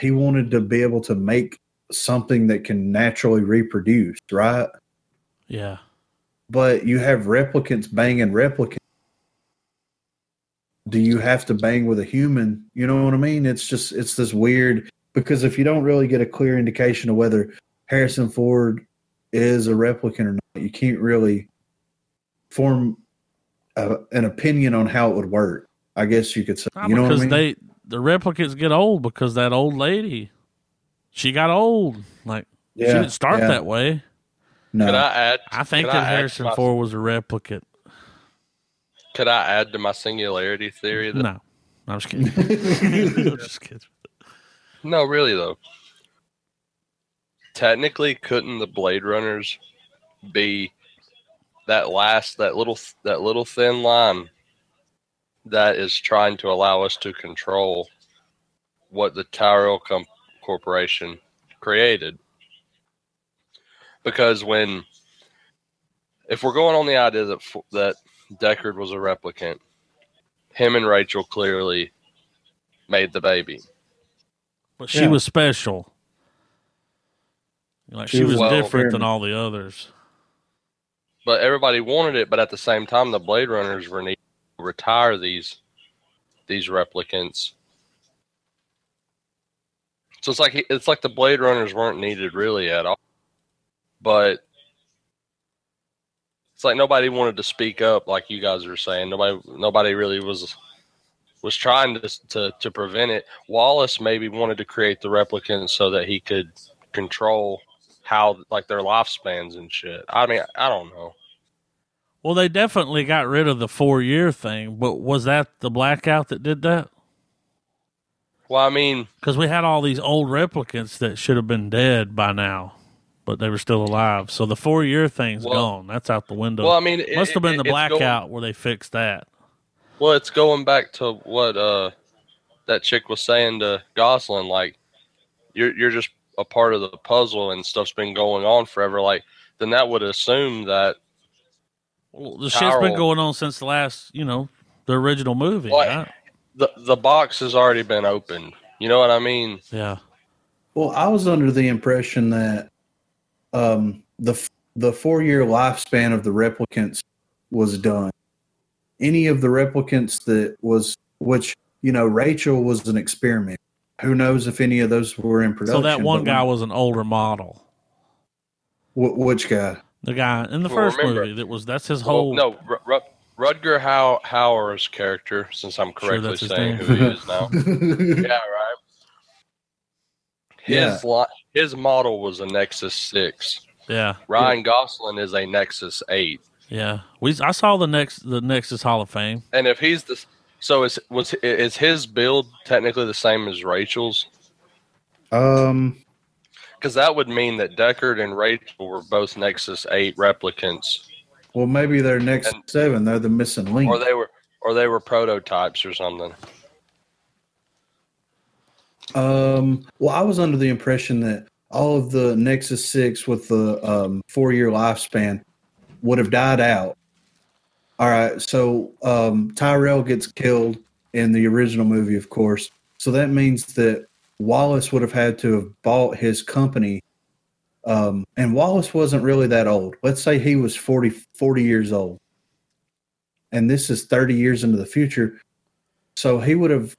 he wanted to be able to make something that can naturally reproduce right
yeah,
but you have replicants banging replicants do you have to bang with a human you know what i mean it's just it's this weird because if you don't really get a clear indication of whether harrison ford is a replicant or not. You can't really form a, an opinion on how it would work. I guess you could say.
Nah,
you know what I
because
mean?
they the replicants get old because that old lady, she got old. Like she didn't start
yeah.
that way.
No.
Could I add?
I think
could
that
ask
Harrison
my-
Ford was a replicant.
Could I add to my singularity theory? That, no.
No, I'm just kidding. I'm just kidding.
really though. Technically, couldn't the Blade Runners be that last that little that little thin line that is trying to allow us to control what the Tyrell com- Corporation created? Because when if we're going on the idea that f- that Deckard was a replicant, him and Rachel clearly made the baby.
But she
Yeah.
was special. Like she,
She
was
was
well-
different than all the others.
but everybody wanted it. But at the same time, the Blade Runners were needing to retire these these replicants. So it's like it's like the Blade Runners weren't needed really at all. But it's like nobody wanted to speak up, like you guys were saying. Nobody nobody really was was trying to to, to prevent it. Wallace maybe wanted to create the replicants so that he could control how like their lifespans and shit. I mean, I don't know.
Well, they definitely got rid of the four year thing, but was that the blackout that did that?
Well, I mean,
Because we had all these old replicants that should have been dead by now, but they were still alive. So the four year thing's
Well-
gone. That's out the window.
well, I mean, it-
Must have been
it-
the
it's going-
blackout where they fixed that.
well, it's going back to what uh that chick was saying to Goslin. Like, you're you're just a part of the puzzle, and stuff's been going on forever. Like, then that would assume that.
Well, the shit's been
Tyrell.
going on since the last, you know, the original movie.
Well,
right?
The, the box has already been opened. You know what I mean?
Yeah.
Well, I was under the impression that um, the f- the four year lifespan of the replicants was done. Any of the replicants that was, which you know, Rachel was an experiment. Who knows if any of those were in production?
So that one
but-
guy was an older model.
Wh- which guy?
The guy in the
Well,
first
remember-
movie that was that's his
Well,
whole
no, R- R- Rudger How Hauer's character, since I'm
Sure,
correctly
that's his
saying
name.
who he is now. yeah, right.
Yeah.
His li- his model was a Nexus Six.
Yeah,
Ryan Gosling is a Nexus Eight,
yeah. We I saw the next the Nexus Hall of Fame.
and if he's the so is was is his build technically the same as Rachel's?
um,
Because that would mean that Deckard and Rachel were both Nexus Eight replicants,
well, maybe they're next
And-
seven. They're the missing link.
or they were or they were prototypes or something.
Um, well, I was under the impression that all of the Nexus 6 with the um, four year lifespan would have died out. All right. So um, Tyrell gets killed in the original movie, of course. So that means that Wallace would have had to have bought his company. Um, and Wallace wasn't really that old. Let's say he was 40, 40 years old. And this is 30 years into the future. So he would have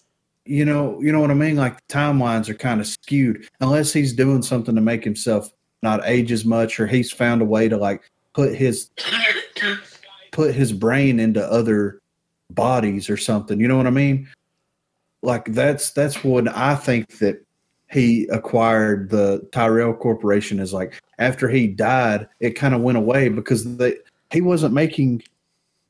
you know, you know what I mean? Like the timelines are kind of skewed unless he's doing something to make himself not age as much or he's found a way to like put his put his brain into other bodies or something. You know what I mean? Like that's that's when I think that he acquired the Tyrell Corporation is like after he died, it kind of went away because they he wasn't making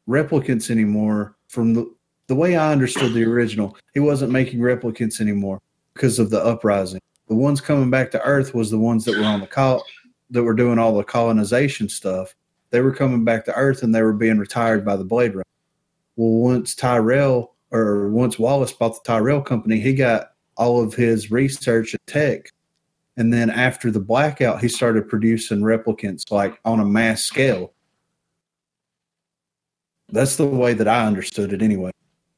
replicants anymore from the the way I understood the original, he wasn't making replicants anymore because of the uprising. The ones coming back to Earth was the ones that were on the col that were doing all the colonization stuff. They were coming back to Earth and they were being retired by the Blade Runner. Well, once Tyrell or once Wallace bought the Tyrell company, he got all of his research and tech. And then after the blackout, he started producing replicants like on a mass scale. That's the way that I understood it anyway.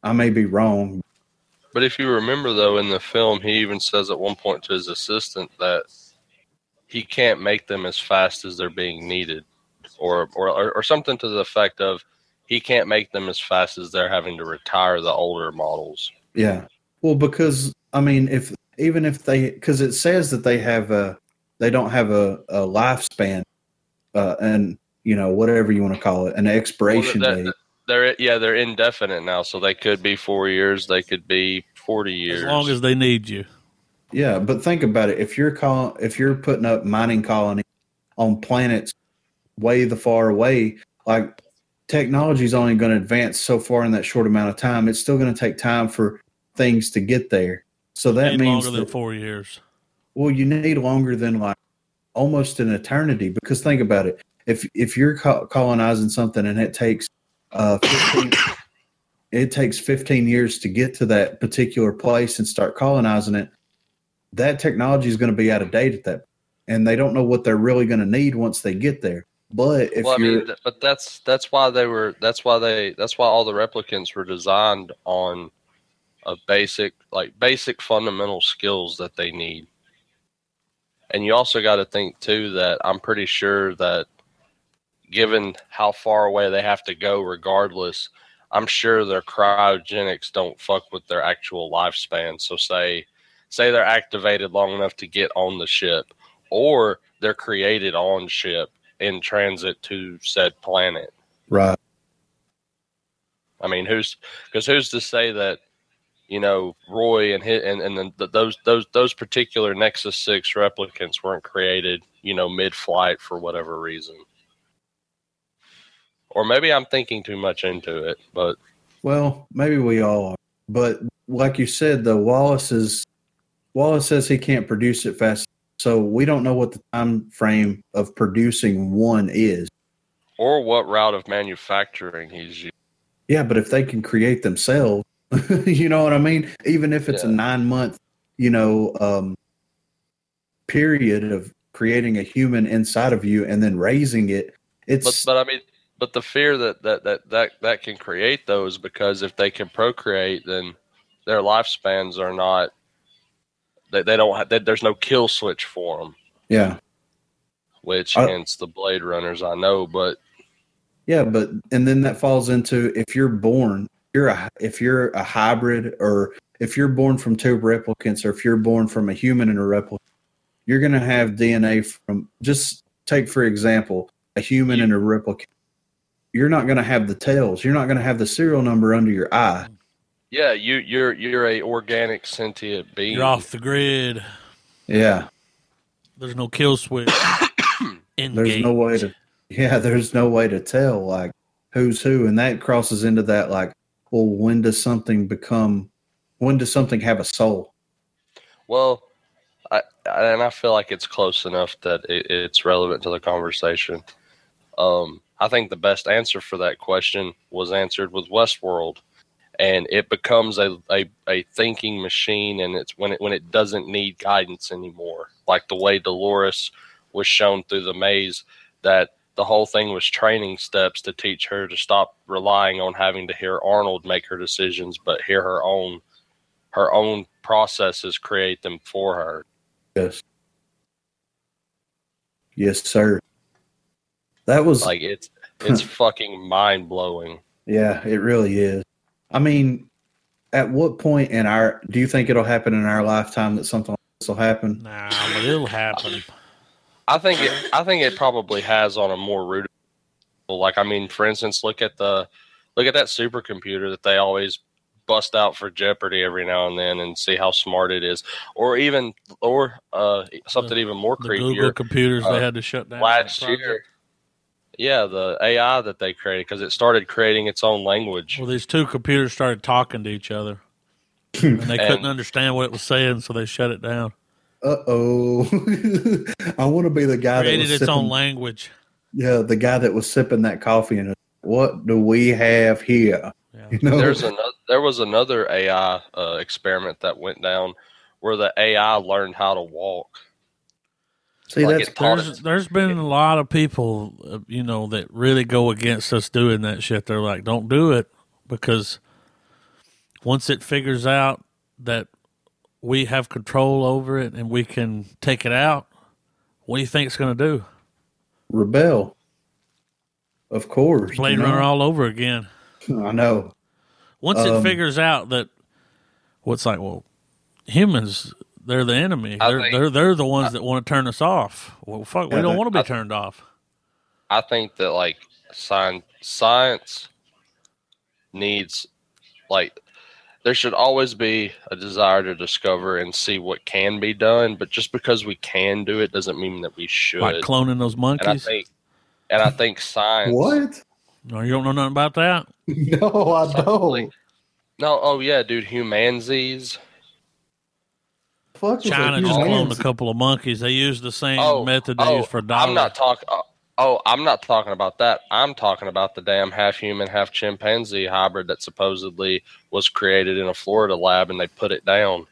I may be wrong.
But if you remember, though, in the film, he even says at one point to his assistant that he can't make them as fast as they're being needed, or or or something to the effect of he can't make them as fast as they're having to retire the older models.
Yeah. Well, because I mean, if even if they, because it says that they have a, they don't have a, a lifespan, uh, and you know whatever you want to call it, an expiration
Well, that-
date.
that- They're yeah, they're indefinite now, so they could be four years, they could be forty years.
As long as they need you.
Yeah, but think about it. If you're call, if you're putting up mining colonies on planets way the far away, like technology's only going to advance so far in that short amount of time. It's still going to take time for things to get there. So that
Need
means
longer
that-
than four years.
well, you need longer than like almost an eternity because think about it. If if you're co- colonizing something and it takes uh 15, it takes 15 years to get to that particular place and start colonizing it, that technology is going to be out of date at that and they don't know what they're really going to need once they get there. But if
well, I
you're
mean, th- but that's that's why they were that's why they that's why all the replicants were designed on a basic like basic fundamental skills that they need. And you also got to think too that I'm pretty sure that given how far away they have to go regardless, I'm sure their cryogenics don't fuck with their actual lifespan. So say say they're activated long enough to get on the ship or they're created on ship in transit to said planet.
right,
I mean, who's because who's to say that you know Roy and his, and and then th- those those those particular Nexus Six replicants weren't created you know mid flight for whatever reason, or maybe I'm thinking too much into it. But
well, maybe we all are. But like you said, though, Wallace is Wallace says he can't produce it fast, so we don't know what the time frame of producing one is.
or what route of manufacturing he's using?
Yeah, but if they can create themselves, you know what I mean. Even if it's a
Yeah.
nine month, you know, um, period of creating a human inside of you and then raising it,
But
it's
but I mean, but the fear that that that that that can create though is because if they can procreate, then their lifespans are not. They, they don't have. They, there's no kill switch for them,
yeah.
which
I-
hence the Blade Runners I know. But
Yeah, but and then that falls into if you're born, you're a if you're a hybrid, or if you're born from two replicants, or if you're born from a human and a replicant, you're gonna have DNA from. Just take for example a human and a replicant. You're not gonna have the tails. You're not gonna have the serial number under your eye.
yeah, you you're you're a organic sentient being.
You're off the grid.
Yeah,
There's no kill switch. Engage.
there's no way to. Yeah, there's no way to tell like who's who, and that crosses into that like, well, when does something become? When does something have a soul?
Well, I, I- and I feel like it's close enough that it, it's relevant to the conversation. Um, I think the best answer for that question was answered with Westworld, and it becomes a, a, a thinking machine, and it's when it when it doesn't need guidance anymore, like the way Dolores was shown through the maze that. The whole thing was training steps to teach her to stop relying on having to hear Arnold make her decisions, but hear her own her own processes create them for her.
Yes. Yes, sir. That was
Like it's it's fucking mind blowing.
yeah, it really is. I mean, at what point in our do you think it'll happen in our lifetime that something like this will happen?
Nah, but it'll happen.
I think it, I think it probably has on a more root. Like I mean, for instance, look at the look at that supercomputer that they always bust out for Jeopardy every now and then, and see how smart it is. Or even or uh, something even more
The Google
creepier
computers
uh,
they had to shut down.
last
for the project.
year. Yeah, the AI that they created because it started creating its own language.
Well, these two computers started talking to each other, and they couldn't
And-
understand what it was saying, so they shut it down.
Uh oh. I want to be the guy that was
Created its
sipping,
own language.
yeah, the guy that was sipping that coffee and what do we have here?
Yeah.
You know,
There's another. There was another AI uh, experiment that went down where the AI learned how to walk.
see
like
that's
it taught
There's there's been a lot of people, uh, you know, that really go against us doing that shit. They're like, don't do it because once it figures out that we have control over it and we can take it out, what do you think it's going to do?
rebel. Of course. you
Blade
know?
Runner all over again.
I know.
Once it
Um,
figures out that what's like, well, humans they're the enemy.
I
They're
think-
they're they're the ones that want to turn us off. Well, fuck, we
Yeah,
don't
that-
want to
I
be
th-
turned off.
I think that like science science needs like there should always be a desire to discover and see what can be done, but just because we can do it doesn't mean that we should.
Like cloning those
and I
monkeys.
think and I think science
What?
No, you don't know nothing about that.
No, I
Something.
don't.
No, oh yeah, dude, humansies.
Fuck with
China
the
just
humans.
cloned a couple of monkeys. They used the same
Oh,
method they
oh,
used for dollars.
I'm not talking. Oh, I'm not talking about that. I'm talking about the damn half human, half chimpanzee hybrid that supposedly was created in a Florida lab, and they put it down.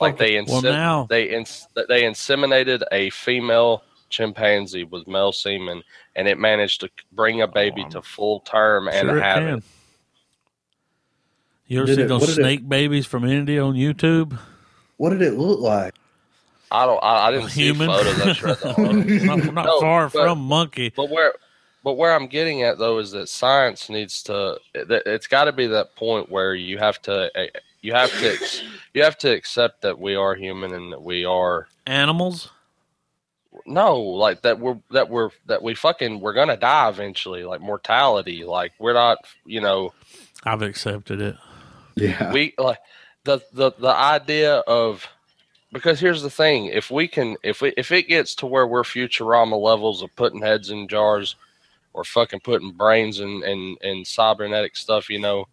Like they
Well,
inse-
now-
they ins- they inseminated a female chimpanzee with male semen, and it managed to bring a baby to full term and
Oh, Sure it
have
can.
it.
You ever
Did
see
it- what
those
did it-
snake babies from India on YouTube?
What did it look like?
I don't. I, I didn't see
Human.
photos. I tried to order.
not not
No,
far
but-
from monkey.
But where, but where I'm getting at though is that science needs to. that- It's got to be that point where you have to, eh, you have to, ex- you have to accept that we are human and that we are
Animals.
no, like that we're that we're that we fucking we're gonna die eventually. Like mortality. Like we're not, you know,
I've accepted it.
Yeah.
we like the the the idea of because here's the thing if we can if we if it gets to where we're futurama levels of putting heads in jars or fucking putting brains and and and cybernetic stuff you know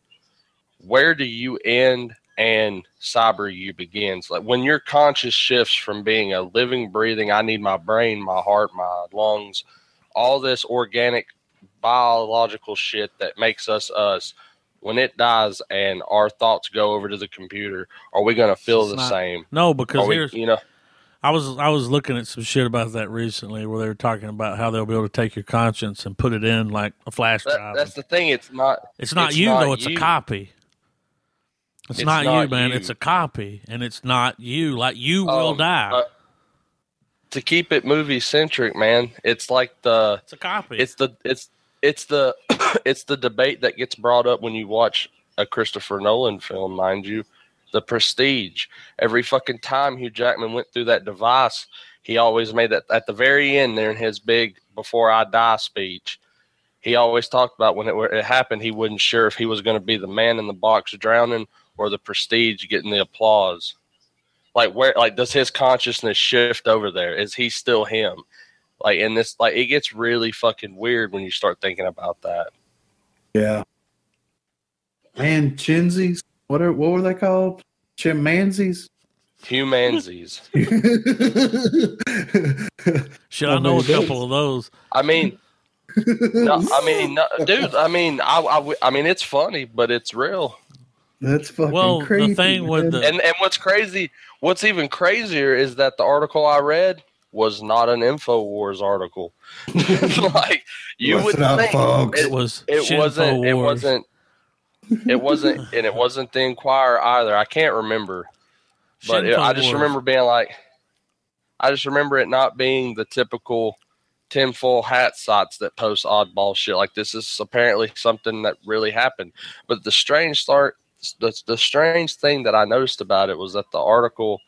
where do you end and cyber you begins like when your conscious shifts from being a living breathing i need my brain my heart my lungs all this organic biological shit that makes us us when it dies and our thoughts go over to the computer are we going to feel
It's
the
not-
same
No,
are
because
we,
here's
you know
I was I was looking at some shit about that recently, where they were talking about how they'll be able to take your conscience and put it in like a flash
that,
drive.
that's the thing it's not
it's not
it's
you
not
though; it's
you.
a copy. It's,
It's
not, you,
not
man.
you.
It's a copy, and it's not you. Like you will
Um,
die.
uh, to keep it movie centric man it's like the
it's a copy.
it's the it's it's the it's the debate that gets brought up when you watch a Christopher Nolan film, mind you, The Prestige. Every fucking time Hugh Jackman went through that device, he always made that at the very end there in his big "Before I Die" speech. He always talked about when it, where it happened, he wasn't sure if he was going to be the man in the box drowning or the prestige getting the applause. Like where, like does his consciousness shift over there? Is he still him? Like in this, like it gets really fucking weird when you start thinking about that.
Yeah. And chinsies. What are what were they called? Chimpanzees.
Humansies.
Shit,
Oh,
I know a
man, that
couple of those.
I mean, no, I mean, no, dude. I mean, I, I w- I mean, it's funny, but it's real.
That's fucking
Well, the
crazy.
thing with
man.
the-
And and what's crazy, what's even crazier is that the article I read was not an Infowars article. like you
Listen
would
up,
think
folks.
It
it,
was.
it
Shinfo
wasn't. It
Wars.
wasn't. It wasn't, and it wasn't the Inquirer either. I can't remember. but it,
Shinfo
I just
Wars.
remember being like, I just remember it not being the typical tinfoil hat sites that post oddball shit. Like this is apparently something that really happened. But the strange start, the, the strange thing that I noticed about it was that the article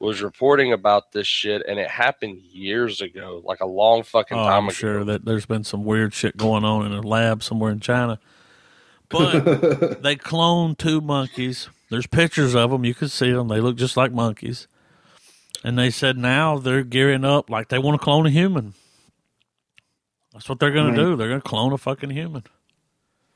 was reporting about this shit and it happened years ago, like a long fucking
Oh,
time
I'm
ago.
sure that there's been some weird shit going on in a lab somewhere in China. But they cloned two monkeys. There's pictures of them. You can see them. They look just like monkeys. And they said now they're gearing up like they want to clone a human. That's what they're going
Right.
to do. They're going to clone a fucking human.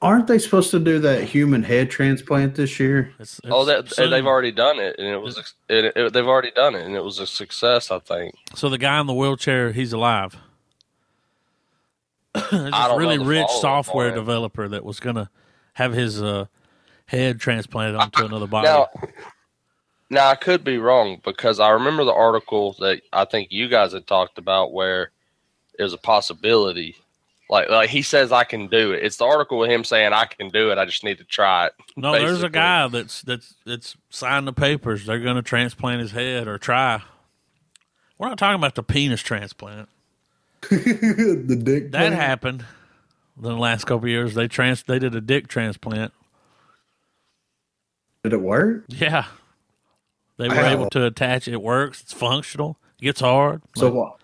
Aren't they supposed to do that human head transplant this year?
It's,
Oh,
it's
that,
soon.
they've already done it, and it was it, it, they've already done it, and it was a success, I think.
So the guy in the wheelchair, he's alive. There's
I
this
don't know
really
the
rich
follow-up
software
on it.
developer that was gonna have his uh, head transplanted onto another body.
Now, now I could be wrong because I remember the article that I think you guys had talked about where there's a possibility. Like, like he says, I can do it. It's the article with him saying, I can do it. I just need to try it.
no, there's a
basically.
guy that's that's that's signed the papers. They're gonna transplant his head or try. We're not talking about the penis transplant.
the dick.
That
plant?
happened in the last couple of years. They trans they did a dick transplant.
Did it work?
Yeah, they were
Wow.
able to attach. It works. It's functional. Gets hard.
So what?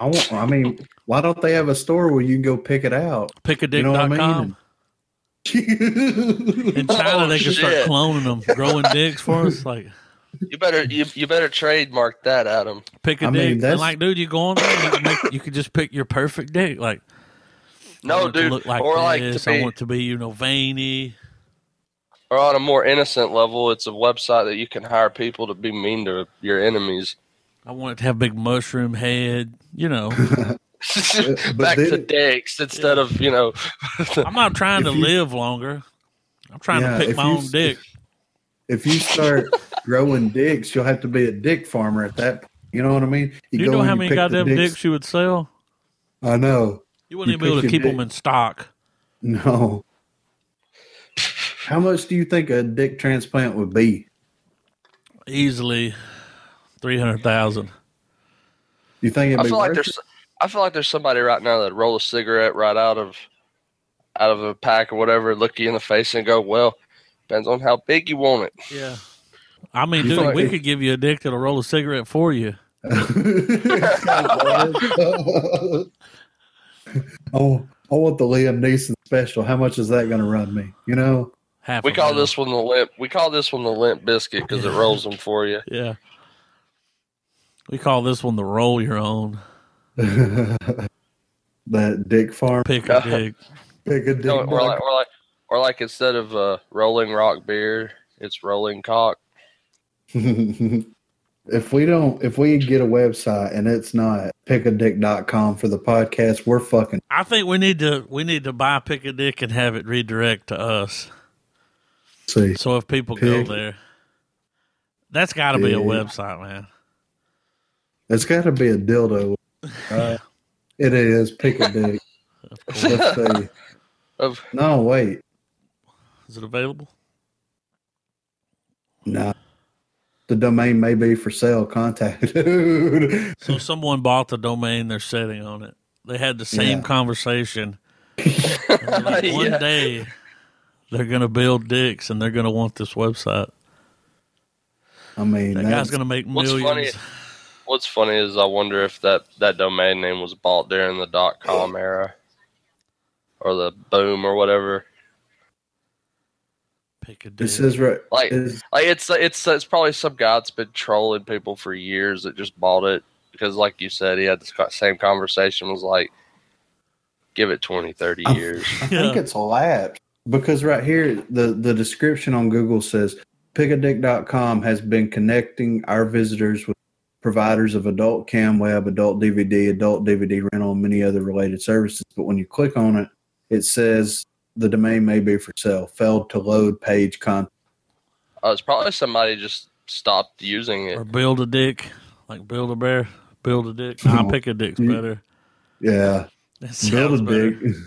I want. I mean, why don't they have a store where you can go pick it out? You know what I
Pickadick.com.
mean?
In China,
Oh,
they can start
shit.
cloning them, growing dicks for us. Like,
You better you, you better trademark that, Adam.
pick a
I mean,
dick.
that's-
and like, dude, you go on there and you, can make, you can just pick your perfect dick. Like, I
No,
want it to
dude.
look like
or like to
this.
be,
I want it to be, you know, veiny.
or on a more innocent level, it's a website that you can hire people to be mean to your enemies.
I want it to have big mushroom head. You know,
But- but
Back to
then-
dicks instead of you know.
I'm not trying to
If you-
live longer. I'm trying
Yeah,
to pick
if
my
you
own
s-
dick.
If you start growing dicks, you'll have to be a dick farmer at that. You know what I mean?
You
go
know
and
how many
pick the
goddamn dicks.
dicks-
you would sell?
I know.
You wouldn't
You
even be able
pick
to
your
keep them
dick.
in stock.
No. How much do you think a dick transplant would be?
Easily, three hundred thousand.
You think it'd
I
be
feel like
worth
there's I feel like there's somebody right now that roll a cigarette right out of out of a pack or whatever, look you in the face and go, well, depends on how big you want it.
Yeah. I mean,
You
dude,
think
we
it-
could give you a dick that'll roll a cigarette for you.
it? oh, I want the Liam Neeson special. How much is that going to run me? You know,
Half
We
a
call
mil.
this one the limp. We call this one the limp biscuit because it rolls them for you.
Yeah. We call this one the roll your own
that dick farm
pick a dick.
pick a dick.
No, or
buck.
like, or like, or like instead of uh, rolling rock beer, it's rolling cock.
if we don't, if we get a website and it's not pickadick.com for the podcast, we're fucking.
I think we need to we need to buy pick a dick and have it redirect to us.
See,
So if people
Pick-
go there, that's got to be a
Pick-
website, man.
it's got to be a dildo. Uh, it is pick a dick. Let's see.
Of
No, wait.
Is it available?
No. The domain may be for sale. Contact. Dude.
So someone bought the domain they're setting on it. They had the same
Yeah.
conversation. And they're like, one
Yeah.
day they're gonna build dicks and they're gonna want this website.
I mean,
That
that's,
guy's gonna make
What's funny-
millions.
what's funny is I wonder if that that domain name was bought during the dot com era, or the boom or whatever.
Pick a dick.
it says right.
Like
is-
Like it's it's it's probably some guy that's been trolling people for years that just bought it because, like you said, he had this co- same conversation. Was like, give it 20, 30
Oh.
I'm-
years.
I think
Yeah.
it's lapsed because right here the the description on Google says pickadick.com has been connecting our visitors with providers of adult cam web, adult DVD, adult DVD rental, and many other related services. But when you click on it, it says the domain may be for sale. Failed to load page content.
Uh, it's probably somebody just stopped using it.
Or build a dick, like build a bear, build a dick. Nah,
No.
pick a dick's
You-
better.
Yeah.
That
Build
sounds
a
better.
dick.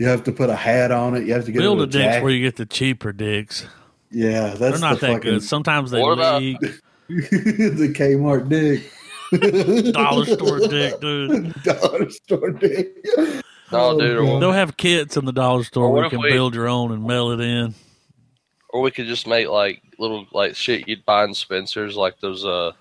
You have to put a hat on it. You have to get
Build
it
a
with
dick's
jacket.
where you get the cheaper dicks.
Yeah, that's
they're not
the
that
fucking
good. Sometimes they
What about-
leak.
the Kmart dick.
Dollar store dick, dude.
dollar store Oh, dick. No,
No, dude, or-
They'll have kits in the dollar store where you
What
can
if we-
build your own and mail it in.
Or we could just make like little like shit you'd buy in Spencer's, like those uh,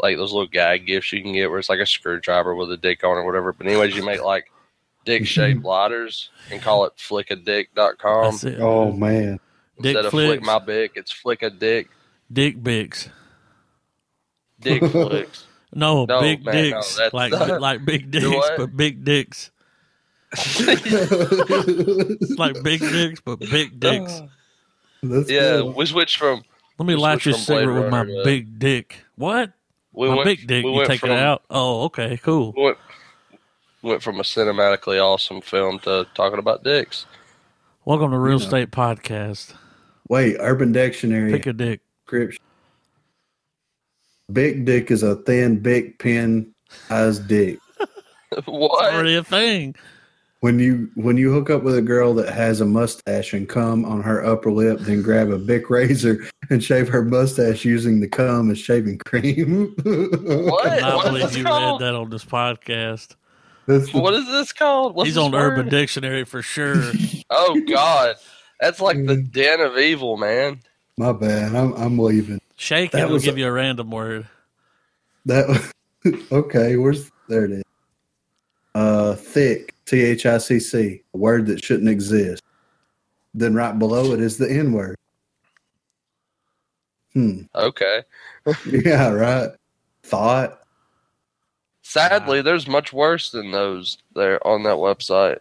like those little gag gifts you can get where it's like a screwdriver with a dick on it or whatever. But anyways, you make like dick shaped lighters and call it flickadick.com.
That's it.
Oh
um,
man,
Dick
Instead of
flicks.
flick my dick, it's flick a dick,
Dick bics.
dick flicks.
No,
No,
big
man, no,
dicks.
that's-
like like big dicks,
what?
but big dicks. It's like big dicks, but big dicks.
Ah,
That's
Yeah,
good.
we switched from
Let me
Just
light
switch
your
from Blade
cigarette with my
Runner to-
big dick. What?
we
my
went,
big dick.
We
you
went
taking
from,
it out? Oh, okay, cool.
we Went, went from a cinematically awesome film to talking about dicks.
Welcome to Real
know.
Estate Podcast.
Wait, Urban Dictionary
Pick a dick.
description. Big dick is a thin, big pin sized dick.
It's
what?
already a thing.
When you when you hook up with a girl that has a mustache and cum on her upper lip, then grab a big razor and shave her mustache using the cum as shaving cream.
What?
I
What is
believe
this
you
called?
read that on this podcast.
That's the-
What is this called? What's
He's
this
on
word?
Urban Dictionary for sure.
Oh God, that's like the den of evil, man.
my bad. I'm I'm leaving.
Shake
That
it will
was
give
a-
you a random word.
That okay. Where's there it is. uh, thick, T H I C C, a word that shouldn't exist. Then right below it is the N word. Hmm.
Okay.
Yeah, right. Thought.
Sadly, there's much worse than those there on that website.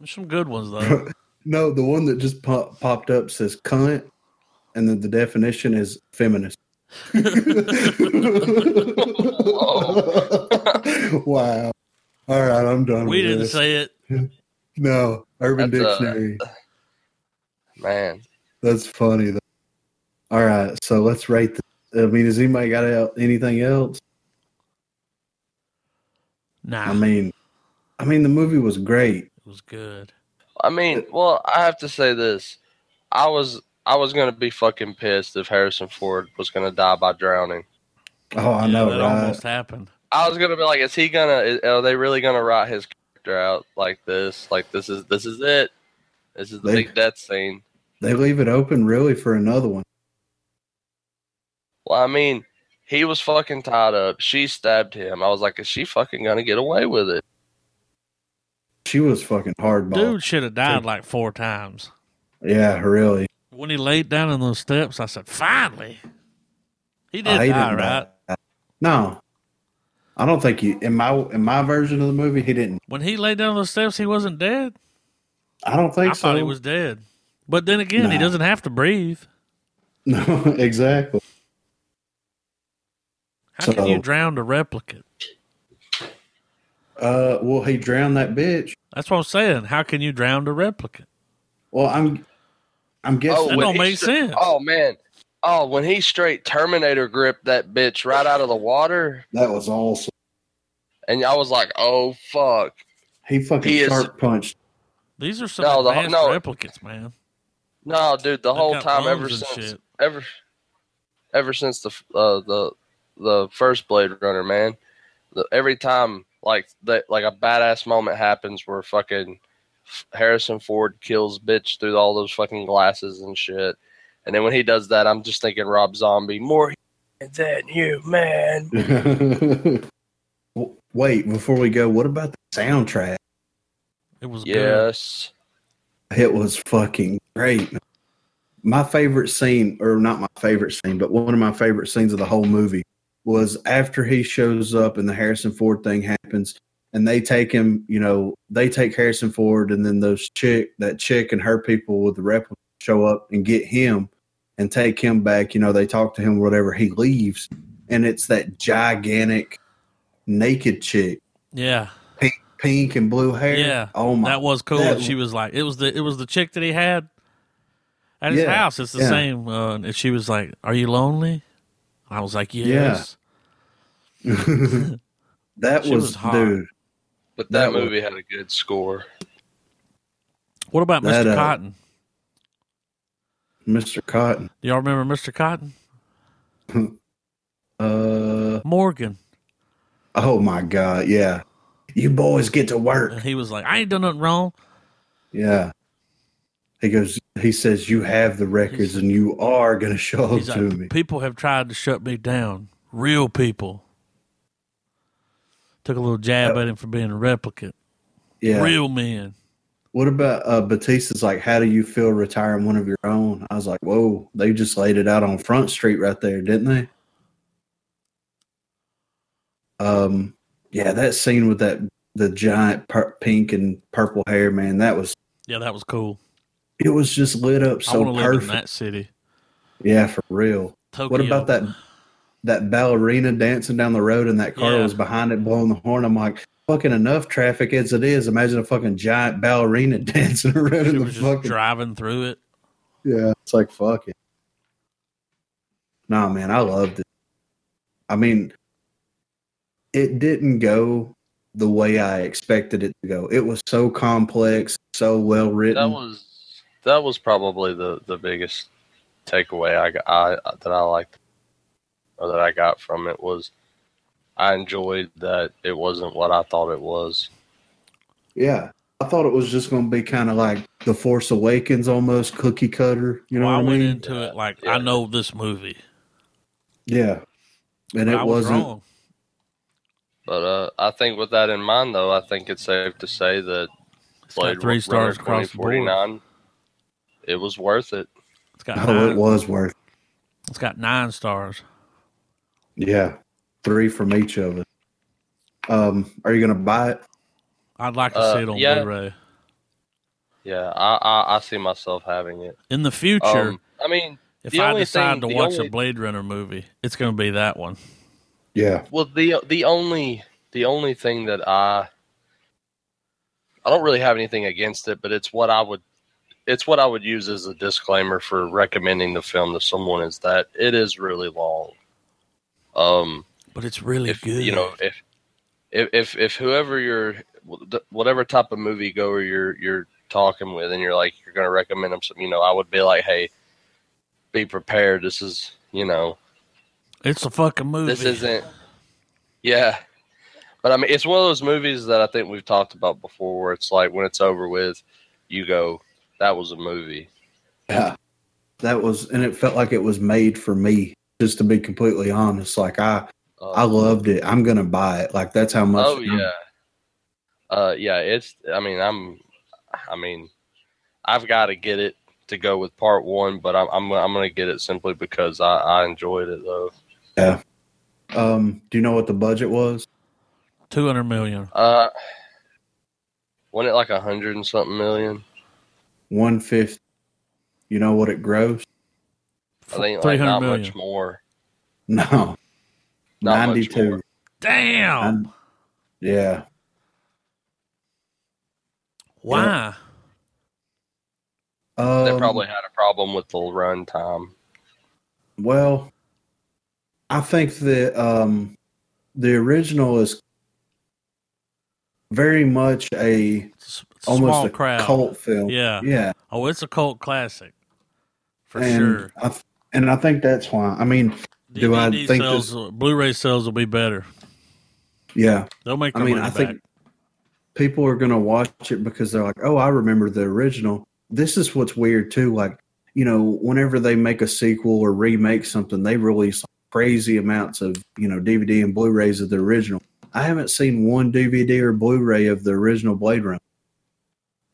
There's some good ones though.
No, the one that just pop, popped up says cunt, and then the definition is feminist. wow. All right, I'm done.
we
with
didn't
this.
say it.
No, Urban
That's, uh,
Dictionary.
Man,
That's funny. Though. All right, so let's rate. The, I mean, has anybody got el- anything else?
Nah,
I mean, I mean, the movie was great.
it was good.
I mean, well, I have to say this. I was I was gonna be fucking pissed if Harrison Ford was gonna die by drowning.
Oh, I
Yeah,
know,
that
right?
almost happened.
I was gonna be like, is he gonna? is- are they really gonna write his character out like this? Like this is this is it? This is the
They-
big death scene.
They leave it open really for another one.
Well, I mean, he was fucking tied up. She stabbed him. I was like, is she fucking gonna get away with it?
She was fucking hardball.
Dude should have died like four times.
Yeah, really.
When he laid down on those steps, I said, "Finally." He did
Oh, he
die,
didn't
right?
die. No, I don't think he. In my in my version of the movie, he didn't.
When he laid down on those steps, he wasn't dead.
I don't
I
think
thought
so.
he was dead. But then again, he
Nah.
doesn't have to breathe.
No, exactly.
How can you
So-
drown a replicant?
Uh, well, he drowned that bitch.
That's what I'm saying. How can you drown a replicant?
Well, I'm, I'm guessing.
that
when
don't
he
make
stra-
sense.
Oh man. Oh, when he straight Terminator gripped that bitch right out of the water,
That was awesome.
and I was like, "Oh fuck!"
He fucking
He is-
shark punched.
These are some
No, the-
advanced
no.
replicates, man.
No, dude, the
They've
whole
got
time ever
lungs and
since
shit.
ever ever since the f- uh, the the first Blade Runner, man. The, every time like that like a badass moment happens where fucking Harrison Ford kills bitch through all those fucking glasses and shit. And then when he does that, I'm just thinking Rob Zombie more than you, man.
W- Wait, before we go, what about the soundtrack?
It was good.
Yes.
It was fucking great. My favorite scene, or not my favorite scene, but one of my favorite scenes of the whole movie was after he shows up and the Harrison Ford thing happens, and they take him. You know, they take Harrison Ford, and then those chick, that chick, and her people with the replica show up and get him and take him back. You know, they talk to him, whatever. He leaves, and it's that gigantic naked chick,
Yeah,
pink and blue hair.
Yeah,
Oh my
that was cool.
that-
she was like, it was the it was the chick that he had at his
Yeah,
house. It's the
yeah.
same. Uh, and she was like, "Are you lonely?" I was like, "Yes."
that
She was
was,
hot.
dude.
But that,
That was-
movie had a good score.
What about
That,
Mr.
uh,
Cotton?
Mr. Cotton.
Do y'all remember Mr. Cotton?
Uh
Morgan.
oh my god, yeah. You boys get to
And
work.
he was like, "I ain't done nothing wrong."
Yeah. He goes he says you have the records and you are going to show them
He's
to me.
like, "People have tried to shut me down. Real people." Took a little jab at him for being a replicant.
Yeah.
Real men.
What about uh Batista's like how do you feel retiring one of your own? I was like, "Whoa, they just laid it out on Front Street right there, didn't they?" Um yeah, that scene with that the giant pur- pink and purple hair, man, that was
Yeah, that was cool.
It was just lit up
I
so
want to live in
perfect.
that city.
Yeah, for real.
Tokyo.
What about that that ballerina dancing down the road and that car
Yeah.
was behind it blowing the horn? I'm like, fucking enough traffic as it is. Imagine a fucking giant ballerina dancing around
She
in the
was just
fucking
driving through it.
Yeah. It's like fuck it. Nah, man, I loved it. I mean, it didn't go the way I expected it to go. It was so complex, so well
That
written.
was that was probably the the biggest takeaway I, got- I that I liked or that I got from it was I enjoyed that it wasn't what I thought it was.
Yeah. I thought it was just going to be kind of like The Force Awakens almost cookie cutter. You know
Well, I
what I
went
mean?
into it like
Yeah.
I know this movie,
yeah. And
but
it
I was
wasn't.
wrong.
But uh, I think with that in mind, though, I think it's safe to say that
got
Blade
three
Runner
stars across the board.
2049, It was worth it.
It's got
Oh, it
nine,
was worth. it.
it's got nine stars.
Yeah, three from each of us. Um, are you gonna buy it?
I'd like to
Uh,
see it on
yeah.
Blu-ray
Yeah, I, I, I see myself having it.
in the future.
Um, I mean,
if
the
I
only
decide
thing-
to
the
watch
only-
a Blade Runner movie, it's going to be that one.
Yeah,
well, the the only the only thing that I I don't really have anything against it, but it's what I would it's what I would use as a disclaimer for recommending the film to someone is that it is really long. Um,
But it's really
if
good.
you know if if if, if whoever you're whatever type of movie goer you're you're talking with and you're like you're going to recommend them some you know i would be like hey be prepared this is you know
it's a fucking movie.
this isn't yeah but i mean it's one of those movies that i think we've talked about before where it's like when it's over with you go that was a movie
yeah. That was, and it felt like it was made for me. Just to be completely honest, like I,
Uh,
I loved it. I'm gonna buy it. Like that's how much.
Oh yeah, uh, yeah. It's. I mean, I'm. I mean, I've got to get it to go with part one, but I'm. I'm. I'm gonna get it simply because I, I enjoyed it though.
Um, do you know what the budget was?
two hundred million.
Uh, wasn't it like a hundred and something million?
One fifty. You know what it grossed?
I think
Three
like
hundred
not
million.
much more.
No,
Not much
ninety-two.
more.
Damn.
Nin- yeah,
Why?
um,
they probably had a problem with the run time.
Well, I think that um, the original is very much a
It's a s-
almost
small
a
crowd.
cult film.
Yeah.
yeah,
Oh, it's a cult classic for
and
sure.
I th- and I think that's why. I mean, do I
DVD
think
sales, Blu-ray sales will be better?
yeah.
They'll make.
I
Their
mean,
money
I
back.
think people are going to watch it because they're like, "Oh, I remember the original." This is what's weird too. Like, you know, whenever they make a sequel or remake something, they release crazy amounts of you know DVD and Blu-rays of the original. I haven't seen one DVD or Blu-ray of the original Blade Runner,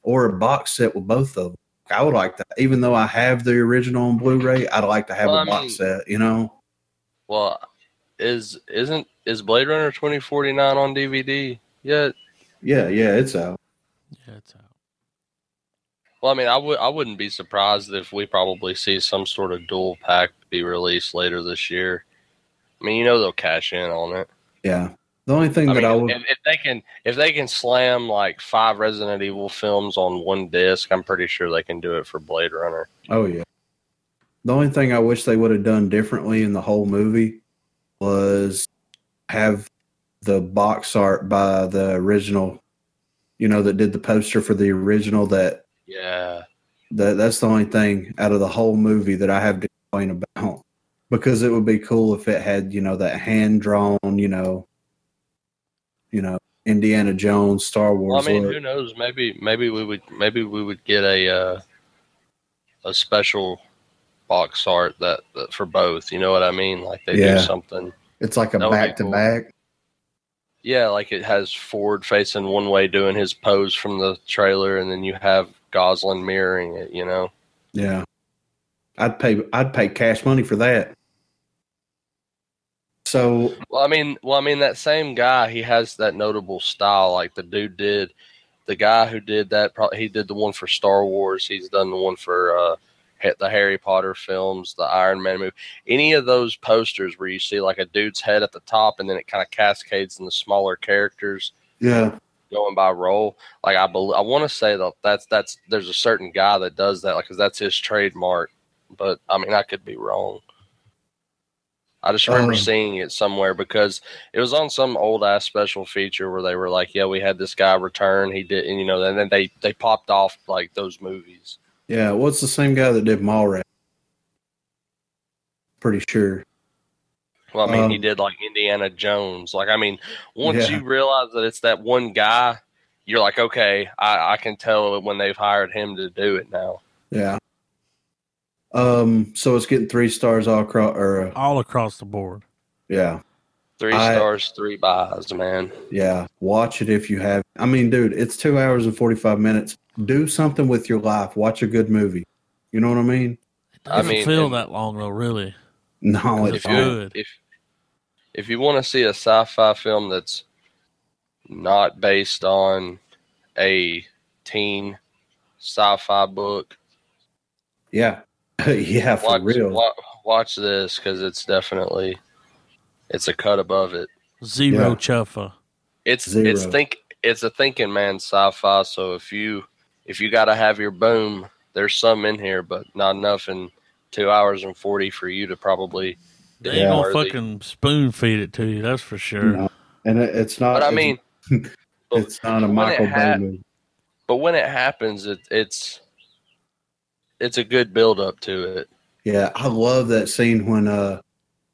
or a box set with both of them. I would like that, even though I have the original on Blu-ray. I'd like to have
Well,
a
I
box
mean-
set. You know,
Well, is isn't is Blade Runner twenty forty nine on DVD yet?
yeah, yeah, it's out.
Yeah, it's out.
Well, I mean, I would I wouldn't be surprised if we probably see some sort of dual pack be released later this year. I mean, you know they'll cash in on it.
Yeah, the only thing
I
that I
mean,
would,
if, if they can if they can slam like five Resident Evil films on one disc, I'm pretty sure they can do it for Blade Runner.
Oh yeah. The only thing I wish they would have done differently in the whole movie was have the box art by the original, you know, that did the poster for the original. That
Yeah,
that that's the only thing out of the whole movie that I have to complain about. Because it would be cool if it had, you know, that hand drawn, you know, you know, Indiana Jones, Star
well, I
Wars.
mean,
look.
who knows? Maybe maybe we would maybe we would get a uh, a special box art that, that for both. You know what I mean? Like they
Yeah.
do something.
it's like a
that would be
back to
cool.
back.
Yeah, like it has Ford facing one way doing his pose from the trailer, and then you have Goslin mirroring it. You know,
Yeah. I'd pay I'd pay cash money for that. So
well, I mean, well, I mean that same guy, he has that notable style. Like the dude did, the guy who did that, probably he did the one for Star Wars. He's done the one for uh, Ha- the Harry Potter films, the Iron Man movie. Any of those posters where you see like a dude's head at the top, and then it kind of cascades into smaller characters.
yeah.
going by role. Like I believe, I want to say that that's that's there's a certain guy that does that, like because that's his trademark. But I mean, I could be wrong. I just remember
Um.
seeing it somewhere because it was on some old ass special feature where they were like, "Yeah, we had this guy return. He did, and you know." And then they they popped off like those movies.
Yeah, what's the same guy that did Mallrat? Pretty sure.
Well, I mean, he
Um.
did like Indiana Jones. Like, I mean, once
Yeah.
you realize that it's that one guy, you're like, okay, I, I can tell when they've hired him to do it now.
Yeah. Um so it's getting 3 stars all across or uh,
All across the board.
yeah.
Three
I-
stars, three buys, man.
Yeah, watch it if you have. I mean, dude, it's two hours and forty five minutes. Do something with your life. Watch a good movie. You know what I mean?
It
I
doesn't
mean,
feel
and-
that long though, really.
No,
Good
it's
if
fine.
not.
you if if you want to see a sci-fi film that's not based on a teen sci-fi book,
Yeah, yeah, for
watch
real.
wa- watch this because it's definitely it's a cut above it.
Zero
Yeah.
chuffa.
It's it's
Zero.
think it's a thinking man sci-fi. So if you if you got to have your boom, there's some in here, but not enough in two hours and forty for you to probably.
Yeah.
They ain't gonna
Worthy.
fucking spoon feed it to you. That's for sure.
No. And it, it's not.
But I
it's-
mean,
it's not a
when
Michael
it ha-
Bay movie.
but when it happens, it, it's it's a good build up to it.
Yeah, I love that scene when uh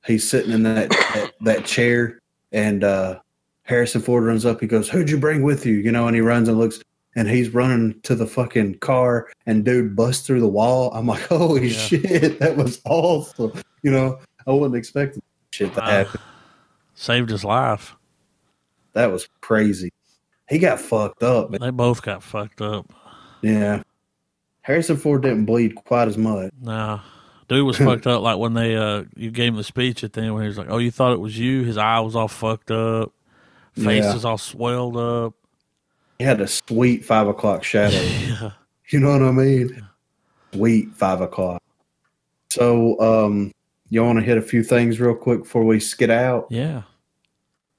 he's sitting in that that, that chair and uh Harrison Ford runs up. He goes, "Who'd you bring with you?" You know, and he runs and looks, and he's running to the fucking car, and dude busts through the wall. I'm like, "Holy
Yeah.
shit, that was awesome!" You know, I wasn't expecting shit to
Wow.
happen.
Saved his life.
That was crazy. He got fucked up. Man.
They both got fucked up.
Yeah, Harrison Ford didn't bleed quite as much.
Nah. Dude was fucked up like when they uh you gave him the speech at the end when he was like, Oh, you thought it was you? His eye was all fucked up, face
Yeah.
is all swelled up.
He had a sweet five o'clock shadow.
Yeah.
You know what I mean? Sweet five o'clock. So, um, you want to hit a few things real quick before we skid out?
Yeah.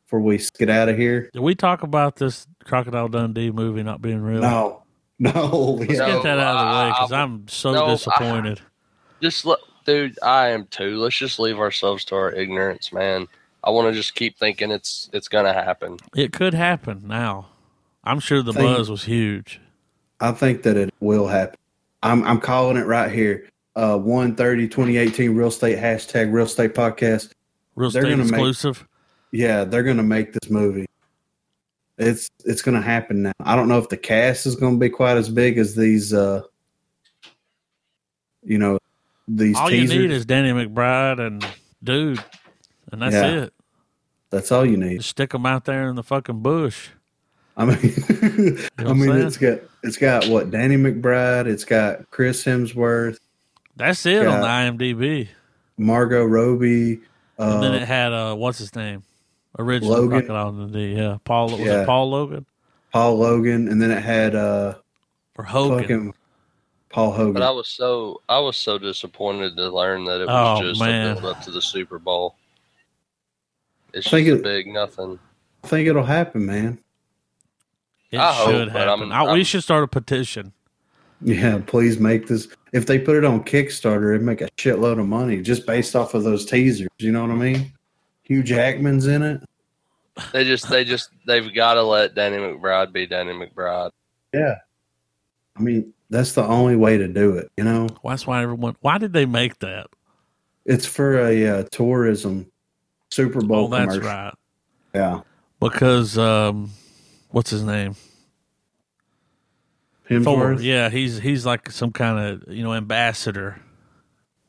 Before we skid out of here?
Did we talk about this Crocodile Dundee movie not being real?
No, no,
Let's
yeah.
No,
get that out of the way
I-
because I'm so
no, I-
disappointed.
Just look, dude. I am too. Let's just leave ourselves to our ignorance, man. I want to just keep thinking it's it's gonna happen.
It could happen now. I'm sure the
Thing-
buzz was huge.
I think that it will happen. I'm I'm calling it right here. Uh, 130 2018 real estate hashtag real estate podcast.
Real
They're
estate
gonna make-
exclusive.
Yeah, they're gonna make this movie. It's it's gonna happen now. I don't know if the cast is gonna be quite as big as these. uh You know, these
all
teasers.
you need is Danny McBride and dude, and that's
Yeah.
it.
That's all you need.
Just stick them out there in the fucking bush.
I mean,
what
I
I'm
mean,
saying?
it's got it's got what Danny McBride, it's got Chris Hemsworth,
That's it
Yeah.
on the IMDb.
Margot Robbie,
And then
uh,
it had uh, what's his name? Original
Logan.
Crocodile Dundee. Yeah, Paul. Was
Yeah.
it Paul Logan
Paul Logan, and then it had uh,
or Hogan?
fucking Paul Hogan.
But I was so I was so disappointed to learn that it was
Oh,
just
man.
a build up to the Super Bowl. It's
I think
just a
it-
big nothing.
I think it'll happen, man.
It
I hope,
should
but I'm-
happen. I- we
I'm-
should start a petition.
Yeah, please make this. If they put it on Kickstarter, it'd make a shitload of money just based off of those teasers. You know what I mean? Hugh Jackman's in it.
They just they just they've got to let Danny McBride be Danny McBride.
I mean, that's the only way to do it. You know,
Well, That's why everyone. Why did they make that?
it's for a uh, tourism Super
Oh,
Bowl
that's
commercial.
right.
Yeah,
Because um, what's his name? Thor.
Hemsworth.
Yeah, he's he's like some kind of you know ambassador.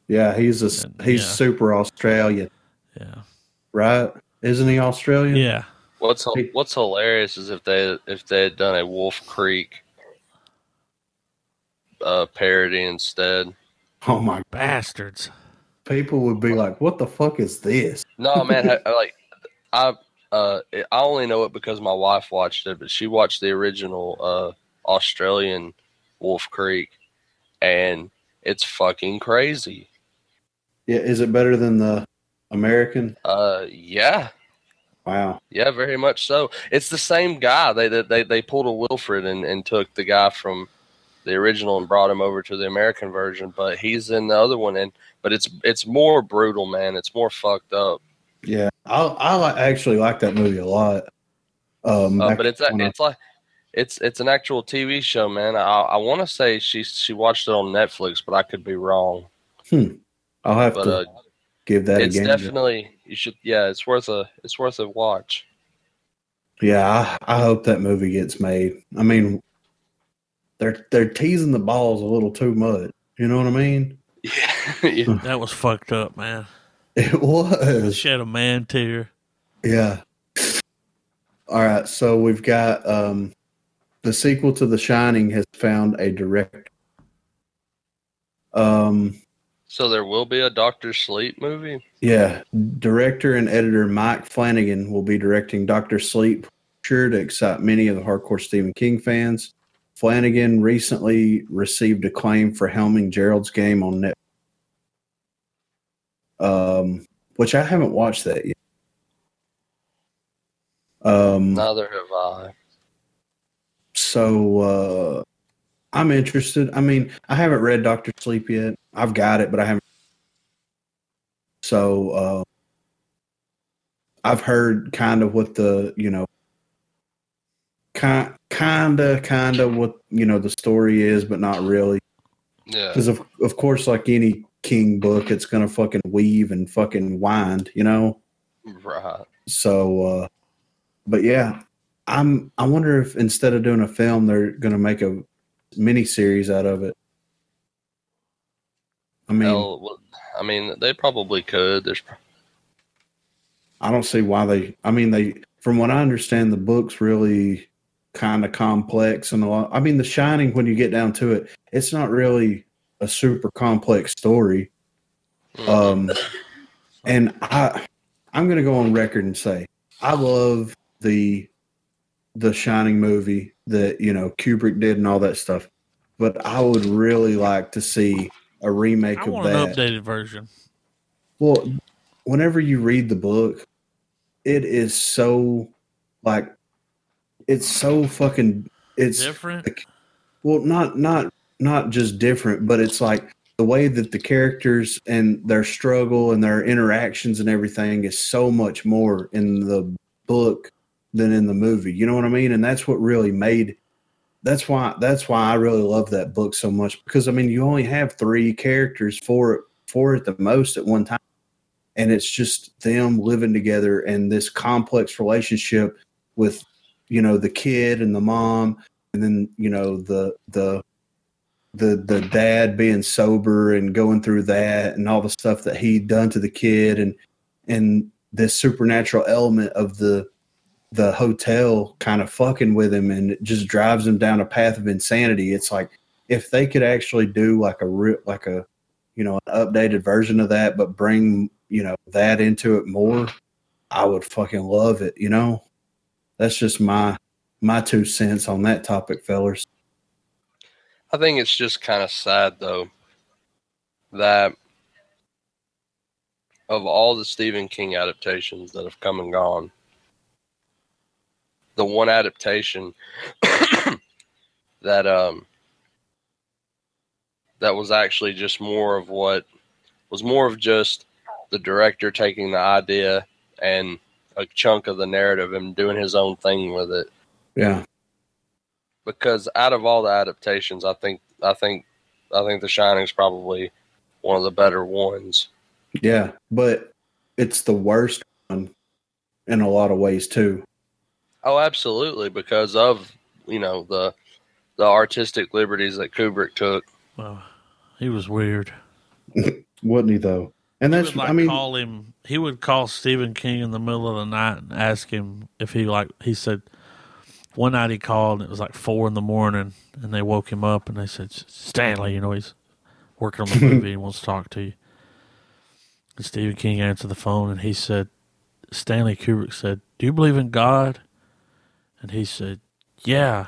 Yeah, he's a
And-
he's
yeah.
super Australian,
Yeah,
right? Isn't he Australian?
yeah.
What's
Hey.
what's hilarious is if they if they had done a Wolf Creek uh, parody instead.
Oh my,
Bastards.
people would be like, "What the fuck is this?"
No man, I, I like I uh, I only know it because my wife watched it, but she watched the original uh, Australian Wolf Creek, and it's fucking crazy.
Yeah, is it better than the American?
Uh, yeah,
Wow.
Yeah, very much so. It's the same guy. They they- they they pulled a Wilfred and, and took the guy from the original and brought him over to the American version, but he's in the other one and but it's it's more brutal, man. It's more fucked up.
Yeah, I I li- actually like that movie a lot. Um,
Uh,
back
but it's
when I-
it's like it's it's an actual TV show, man. I I want to say she she watched it on Netflix, but I could be wrong.
I'll have
But
to
uh,
give that a
it's
game.
definitely you should yeah, it's worth a it's worth a watch.
yeah, I, I hope that movie gets made. I mean, they're they're teasing the balls a little too much. You know what I mean?
Yeah.
That was fucked up, man.
It was.
Shed a man tear.
Yeah. All right. So we've got um, the sequel to The Shining has found a director. Um,
So there will be a Doctor Sleep movie.
yeah. Director and editor Mike Flanagan will be directing Doctor Sleep, sure to excite many of the hardcore Stephen King fans. Flanagan recently received acclaim for helming Gerald's game on Netflix, um, which I haven't watched that yet. Um,
Neither have I.
so uh i'm interested i mean i haven't read dr sleep yet i've got it but i haven't so uh i've heard kind of what the you know kind kinda kinda what you know the story is but not really
Yeah.
because of, of course like any king book it's gonna fucking weave and fucking wind you know
Right.
so, uh, but yeah, I'm. I wonder if instead of doing a film, they're going to make a mini series out of it. I mean,
Hell, well, I mean, they probably could. There's pro-
I don't see why they. I mean, they. From what I understand, the book's really kind of complex and a lot. I mean, The Shining. When you get down to it, it's not really a super complex story.
hmm.
Um, and I, I'm going to go on record and say I love the the Shining movie that you know Kubrick did and all that stuff, but I would really like to see a remake
I
of
want
that.
an updated version.
Well, whenever you read the book, it is so like it's so fucking it's
Different.
well not not not just different but it's like the way that the characters and their struggle and their interactions and everything is so much more in the book than in the movie you know what i mean and that's what really made that's why that's why i really love that book so much because i mean you only have three characters four four at the most at one time and it's just them living together and this complex relationship with you know the kid and the mom and then you know the the the the dad being sober and going through that and all the stuff that he done to the kid and and this supernatural element of the the hotel kind of fucking with him and it just drives him down a path of insanity it's like if they could actually do like a real like a you know an updated version of that but bring you know that into it more i would fucking love it you know that's just my my two cents on that topic, fellas.
I think it's just kind of sad though that of all the Stephen King adaptations that have come and gone, the one adaptation that um that was actually just more of what was more of just the director taking the idea and a chunk of the narrative and doing his own thing with it
Yeah,
because out of all the adaptations, I think I think I think The Shining's probably one of the better ones.
yeah, but it's the worst one in a lot of ways too.
Oh, absolutely, because of you know the the artistic liberties that Kubrick took.
Well, he was weird.
Wouldn't he though? And
He
that's
would like
I mean,
call him. He would call Stephen King in the middle of the night and ask him if he like. He said one night he called and it was like four in the morning, and they woke him up and they said Stanley, you know he's working on the movie. he wants to talk to you. And Stephen King answered the phone and he said, Stanley Kubrick said, "Do you believe in God?" And he said, "Yeah,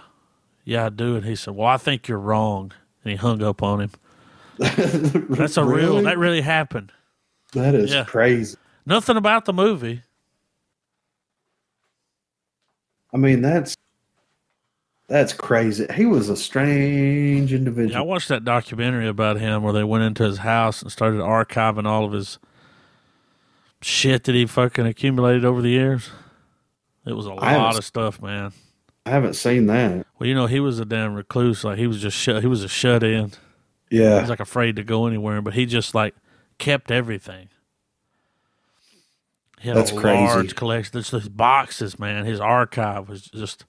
yeah, I do." And he said, "Well, I think you're wrong." And he hung up on him. That's a real.
Really?
That really happened.
that is
Yeah.
crazy.
Nothing about the movie.
I mean, that's that's crazy. He was a strange
Yeah, I
individual.
watched that documentary about him where they went into his house and started archiving all of his shit that he fucking accumulated over the years. It was a
I haven't
lot of
s-
stuff, man.
I haven't seen that.
Well, you know, he was a damn recluse. Like he was just shut. He was a shut in. He
Yeah,
was like afraid to go anywhere, but he just like kept everything. He had
That's
a
crazy.
large collection. There's his boxes, man. His archive was just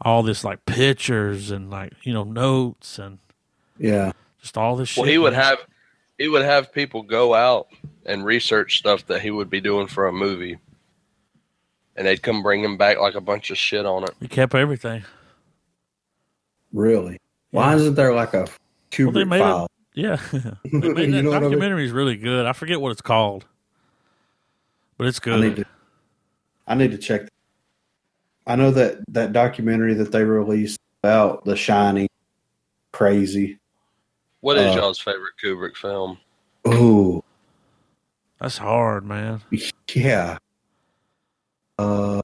all this like pictures and like you know notes and
yeah,
just all this shit.
Well, he would
man.
have he would have people go out and research stuff that he would be doing for a movie. and they'd come bringing back like a bunch of shit on it.
He kept everything.
Really? Why isn't there like a
Well, they
Kubrick
made it-
file?
Yeah. They made
You
that
know what I mean?
documentary is really good. I forget what it's called, but it's
I
good.
need to. I need to check. I know that that documentary that they released about The Shining, crazy.
What is
Uh,
y'all's favorite Kubrick film?
Oh
That's hard, man.
yeah. Uh,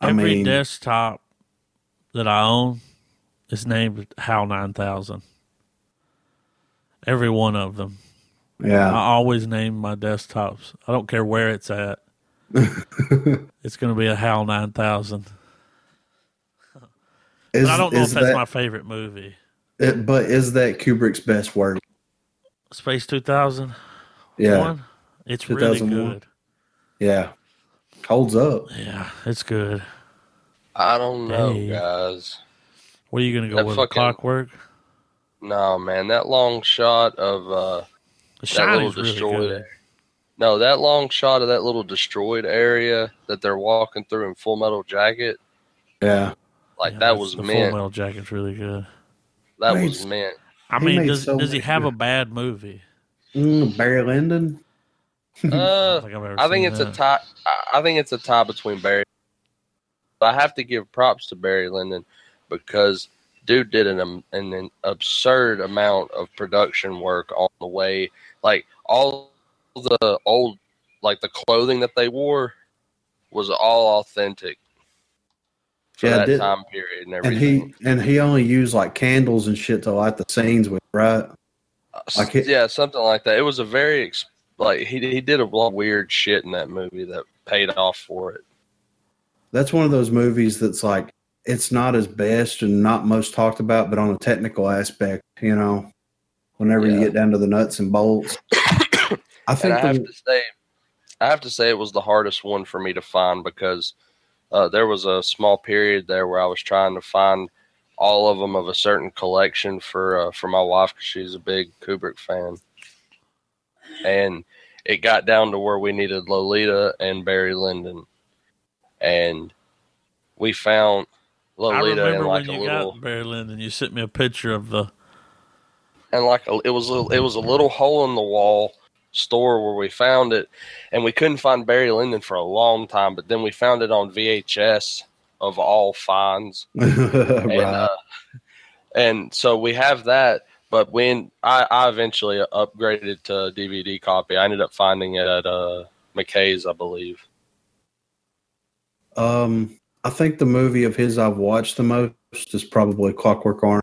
I
Every
mean,
desktop that I own is named HAL 9000. Every one of them. I
yeah.
always name my desktops. I don't care where it's at. it's going to be a HAL 9000.
Is,
But I don't know if
is
that's
that,
my favorite movie.
it- but is that Kubrick's best work?
Space 2001.
Yeah,
It's really
2001.
good.
yeah. Holds up.
Yeah, it's good.
I don't know,
Dang.
guys.
What are you going to go
That
with?
fucking-
Clockwork?
No, man, that long shot of uh,
The
that little
Shining's really
destroyed
good.
area. No, that long shot of that little destroyed area that they're walking through in Full Metal Jacket,
Yeah.
like
Yeah,
that
that's-
was
the
meant.
Full Metal Jacket's really good.
That
Wait.
was meant.
I
He
mean,
made
does,
so
does he
much
have a
good.
bad movie?
Mm, Barry Lyndon.
Uh,
I don't think, I've ever
I think
seen
it's a
that.
tie. I- I think it's a tie between Barry. But I have to give props to Barry Lyndon because dude did an um, an, an absurd amount of production work on the way. Like all the old, like the clothing that they wore was all authentic for
Yeah, it
that
did.
time period and
And
everything.
he and he only used like candles and shit to light the scenes with, right? like it-
yeah, something like that. It was a very ex- like he he did a lot of weird shit in that movie that paid off for it.
That's one of those movies that's like it's not his best and not most talked about, but on a technical aspect, you know, whenever you
Yeah.
get down to the nuts and bolts. I
and
think
I
the-
have to say, I have to say it was the hardest one for me to find because uh, there was a small period there where I was trying to find all of them of a certain collection for uh, for my wife because she's a big Kubrick fan, and it got down to where we needed Lolita and Barry Lyndon, and we found
I
Lolita in
remember
like
when
a
you
little
got Barry Lyndon, you sent me a picture of the.
and like a, it was a, it was a little hole in the wall store where we found it, and we couldn't find Barry Lyndon for a long time. But then we found it on VHS of all finds, and,
right.
uh, and so we have that. But when I, I eventually upgraded to DVD copy, I ended up finding it at uh, McKay's, I believe.
um, I think the movie of his I've watched the most is probably Clockwork Orange.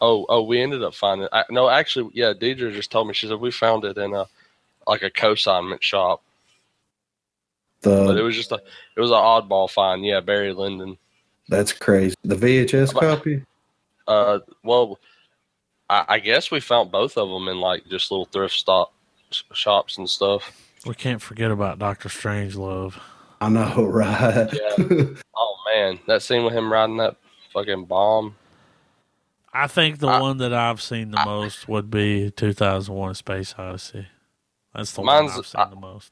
Oh, oh, we ended up finding. I, no, actually, yeah. Deidre just told me she said we found it in a like a consignment shop. But it
The
was just a it was an oddball find. Yeah, Barry Lyndon.
that's crazy. The VHS
But-
copy.
Uh, well, I, I guess we found both of them in like just little thrift stop s- shops and stuff.
We can't forget about Doctor Strange Love.
I know, right?
Yeah. Oh man, that scene with him riding that fucking bomb.
I think the
I-
one that I've seen the
I-
most would be 2001: A Space Odyssey. That's the
Mine's- uh,
one I've seen
I-
the most.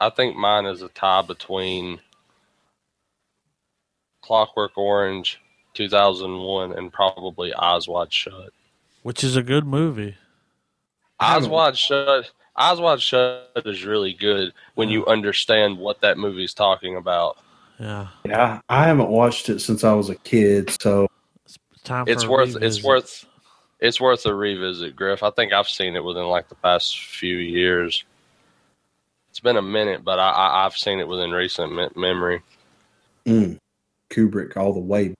I think mine is a tie between Clockwork Orange, two thousand one, and probably Eyes Wide Shut.
Which is a good movie.
I
Eyes
don't-
Wide Shut. Eyes Wide Shut is really good when you understand what that movie's talking about.
Yeah,
yeah, I haven't watched it since I was a kid, so
it's time.
it's
for a
worth it's
revisit.
worth it's worth a revisit, Griff. I think I've seen it within like the past few years. It's been a minute, but I, I I've seen it within recent me- memory.
mm, Kubrick all the way.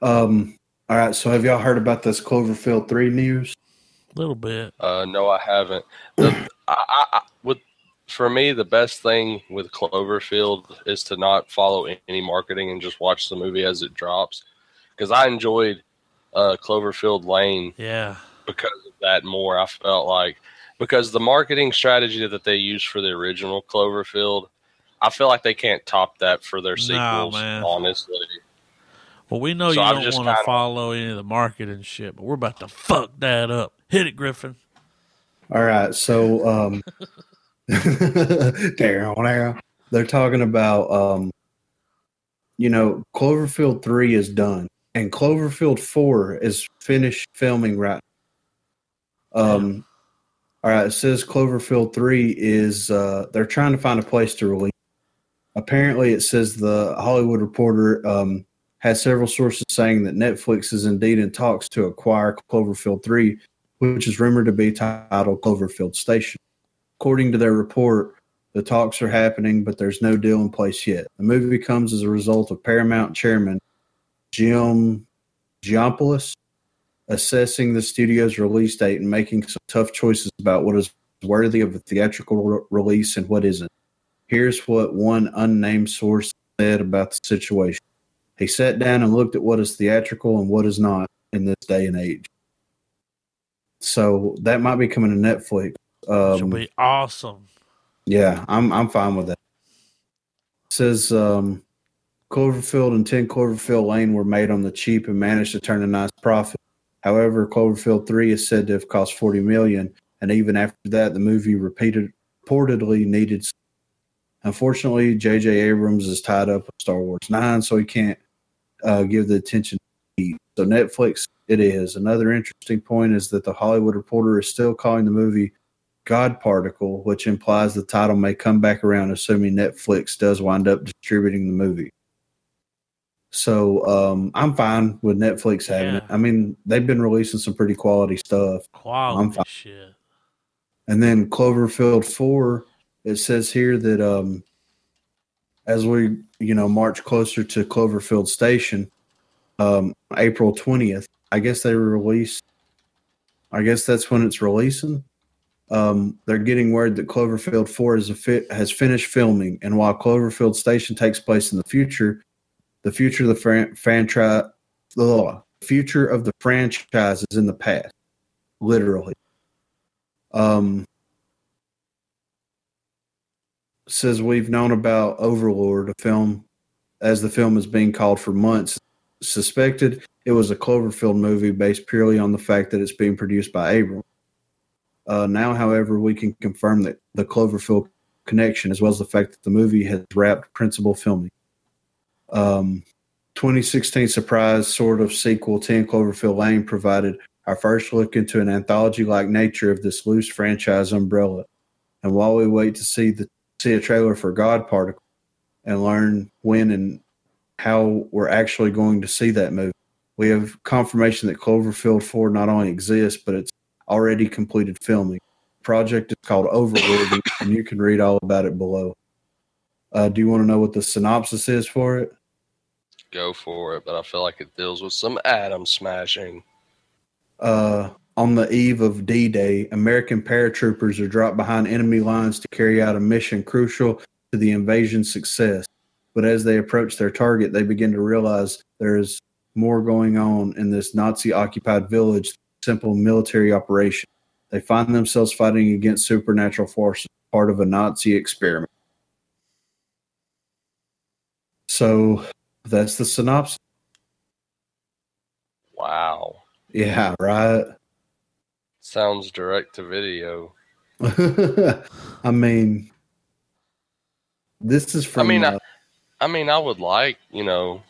Um. All right. So have y'all heard about this Cloverfield three news?
little bit.
Uh, no, I haven't. The, I, I, I with for me the best thing with Cloverfield is to not follow a- any marketing and just watch the movie as it drops. Because I enjoyed uh, Cloverfield Lane
Yeah,
because of that more. I felt like because the marketing strategy that they used for the original Cloverfield, I feel like they can't top that for their
Nah,
sequels.
man.
honestly,
well, we know
So
you
I'm
don't
just
want to
kinda-
follow any of the marketing shit, but we're about to fuck that up. Hit it, Griffin.
All right. So um down, down. they're talking about um you know, Cloverfield three is done and Cloverfield four is finished filming right. Um all right, it says Cloverfield three is uh they're trying to find a place to release. Apparently it says the Hollywood Reporter um has several sources saying that Netflix is indeed in talks to acquire Cloverfield 3, which is rumored to be titled Cloverfield Station. According to their report, the talks are happening, but there's no deal in place yet. The movie comes as a result of Paramount chairman Jim Giampoulos assessing the studio's release date and making some tough choices about what is worthy of a theatrical re- release and what isn't. Here's what one unnamed source said about the situation. He sat down and looked at what is theatrical and what is not in this day and age. So that might be coming to Netflix.
Which will
Um,
be awesome.
yeah, I'm I'm fine with that. It says um, Cloverfield and 10 Cloverfield Lane were made on the cheap and managed to turn a nice profit. However, Cloverfield 3 is said to have cost 40 million, and even after that, the movie repeated reportedly needed. Unfortunately, J.J. Abrams is tied up with Star Wars 9, so he can't uh, give the attention. he needs. So Netflix, it is. Another interesting point is that the Hollywood Reporter is still calling the movie God Particle, which implies the title may come back around, assuming Netflix does wind up distributing the movie. So um, I'm fine with Netflix having it.
Yeah.
I mean, they've been releasing some pretty quality stuff. I'm
Quality
fine.
shit.
And then Cloverfield 4, it says here that um, as we, you know, march closer to Cloverfield Station, um, April 20th, I guess they release, I guess that's when it's releasing. Um, they're getting word that Cloverfield 4 is a fit, has finished filming. And while Cloverfield Station takes place in the future, the future of the fran- franchise, the future of the franchise is in the past, literally. Um, says we've known about Overlord, a film, as the film is being called for months. Suspected it was a Cloverfield movie based purely on the fact that it's being produced by Abram. Uh, now, however, we can confirm that the Cloverfield connection, as well as the fact that the movie has wrapped principal filming. Um, 2016 surprise sort of sequel, 10 Cloverfield Lane, provided our first look into an anthology like nature of this loose franchise umbrella. And while we wait to see the see a trailer for God Particle and learn when and how we're actually going to see that movie, we have confirmation that Cloverfield 4 not only exists, but it's already completed filming. The project is called Overlord, and you can read all about it below. Uh, do you want to know what the synopsis is for it?
Go for it, but I feel like it deals with some atom smashing.
uh, on the eve of D Day, American paratroopers are dropped behind enemy lines to carry out a mission crucial to the invasion's success. But as they approach their target, they begin to realize there is more going on in this Nazi occupied village than simple military operation. They find themselves fighting against supernatural forces, part of a Nazi experiment. So that's the synopsis.
Wow.
Yeah, right.
Sounds direct to video.
I mean, this is from.
I mean, I-
uh,
I mean, I would like, you know,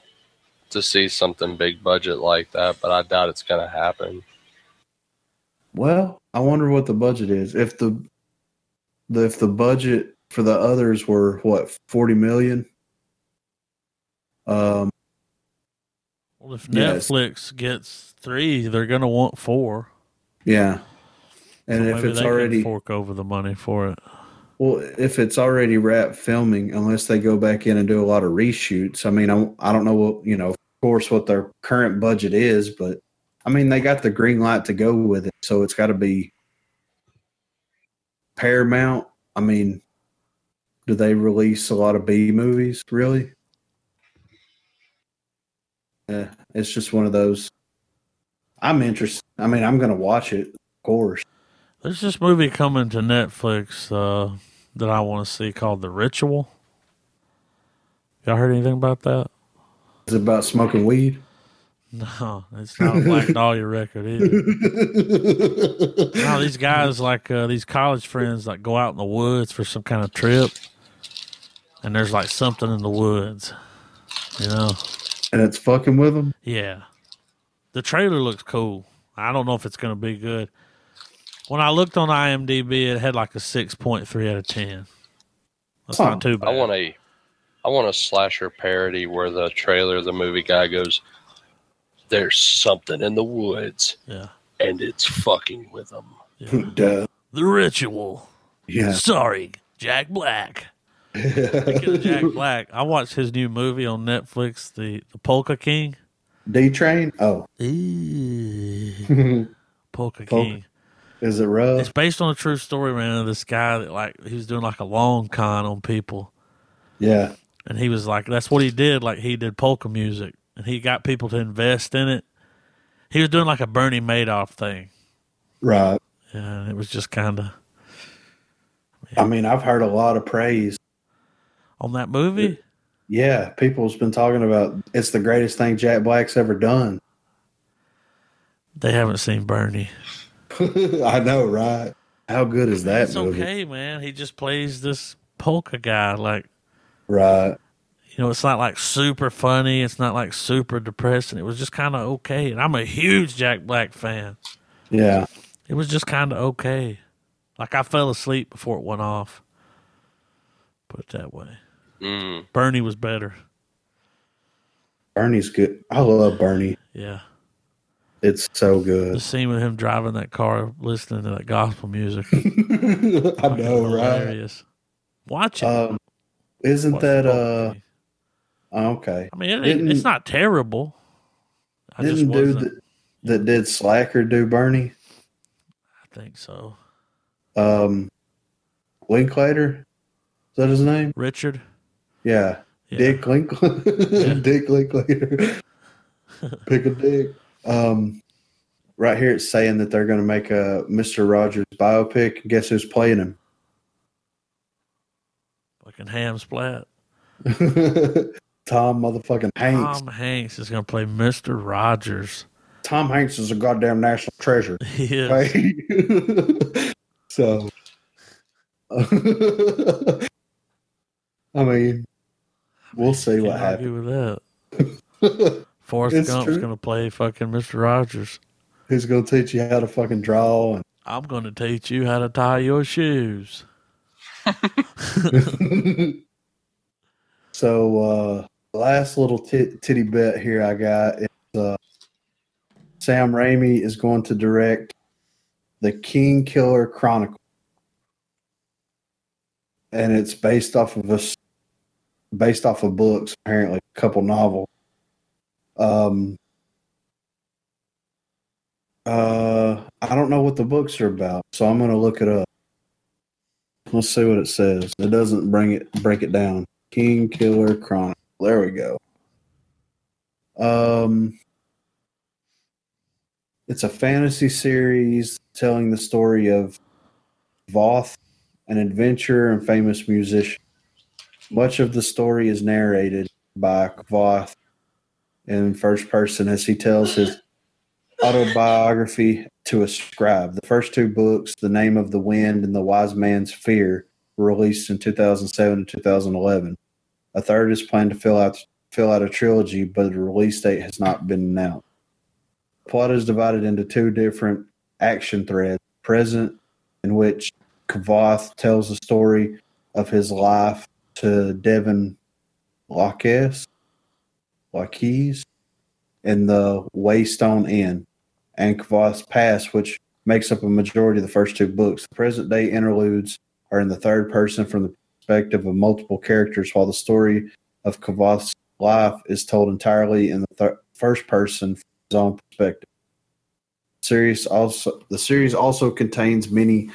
to see something big budget like that, but I doubt it's going to happen.
well, I wonder what the budget is. If the, the if the budget for the others were what forty million. Um.
Well, if
Yes.
Netflix gets three, they're going to want four.
Yeah. And
So
if
maybe
it's
they can
already
fork over the money for it.
well, if it's already wrapped filming, unless they go back in and do a lot of reshoots. I mean, I I don't know what you know, of course, what their current budget is, but I mean, they got the green light to go with it, so it's got to be Paramount. I mean, do they release a lot of B movies? Really? Yeah, it's just one of those. I'm interested. I mean, I'm going to watch it, of course.
There's this movie coming to Netflix uh, that I want to see called The Ritual. Y'all heard anything about that?
Is it about smoking weed?
No, it's not Black Dahlia record either. No, these guys like uh, these college friends like go out in the woods for some kind of trip, and there's like something in the woods, you know.
and it's fucking with them.
Yeah. The trailer looks cool. I don't know if it's going to be good. When I looked on IMDb, it had like a 6.3 out of 10. That's
Huh.
not too bad.
I want a, I want a slasher parody where the trailer, of the movie guy goes, "There's something in the woods,
Yeah.
and it's fucking with them."
yeah.
Duh.
the Ritual.
Yeah.
Sorry, Jack Black. Speaking of Jack Black, I watched his new movie on Netflix, The, the Polka King.
D train. Oh,
Polka
Polka.
King.
is it rough?
It's based on a true story, man, of this guy that like he was doing like a long con on people.
Yeah.
and he was like that's what he did like he did polka music and he got people to invest in it he was doing like a bernie madoff thing
Right.
yeah, and it was just kind of
I mean, I've heard a lot of praise.
on that movie
Yeah, people's been talking about it's the greatest thing Jack Black's ever done.
they haven't seen bernie
I know, right? How good is that
it's
movie?
okay man he just plays this polka guy like
Right.
you know it's not like super funny it's not like super depressing it was just kind of okay and i'm a huge jack black fan
Yeah.
it was just kind of okay like i fell asleep before it went off put it that way
Mm.
bernie was better
Bernie's good. I love Bernie.
yeah
It's so
The
good.
scene with him driving that car, listening to that gospel music.
I know, right?
Hilarious. Watch it.
Um, isn't
Watch
that
the
uh
whole thing.
okay?
I mean, it, ain't it's
didn't-
not terrible. I just
Didn't dude
wasn't.
that, that did Slacker do Bernie?
I think so.
Um, Linklater, is that his name?
Richard.
Yeah,
Yeah.
Dick Linklater. Dick Linklater. Pick a dick. Um, right here it's saying that they're going to make a Mister Rogers biopic. Guess who's playing him?
Fucking Ham Splat.
Tom motherfucking Hanks.
Tom Hanks is going to play Mr. Rogers.
Tom Hanks is a goddamn national treasure.
He is.
Right? so, I mean, we'll see
Can't
what happens.
argue with that. Forrest
It's
Gump's
true.
going to play fucking Mr. Rogers.
Who's gonna teach you how to fucking draw?
I'm going to teach you how to tie your shoes.
And so, uh, last little tit- titty bet here I got is uh, Sam Raimi is going to direct the King Killer Chronicle, and it's based off of a s- based off of books apparently, a couple novels. Um. Uh, I don't know what the books are about, so I'm gonna look it up. Let's see what it says. It doesn't bring it break it down. King Killer Chronicle. There we go. Um It's a fantasy series telling the story of Voth, an adventurer and famous musician. Much of the story is narrated by Voth in first person as he tells his autobiography to a scribe. The first two books, The Name of the Wind and The Wise Man's Fear, were released in 2007 and 2011. A third is planned to fill out fill out a trilogy, but the release date has not been announced. The plot is divided into two different action threads: present, in which Kvoth tells the story of his life to Devin Lockes, Lockes, in the Waystone Inn and Kvath's Pass, which makes up a majority of the first two books. The present day interludes are in the third person from the perspective of multiple characters, while the story of Kvath's life is told entirely in the thir- first person from his own perspective. Series also the series also contains many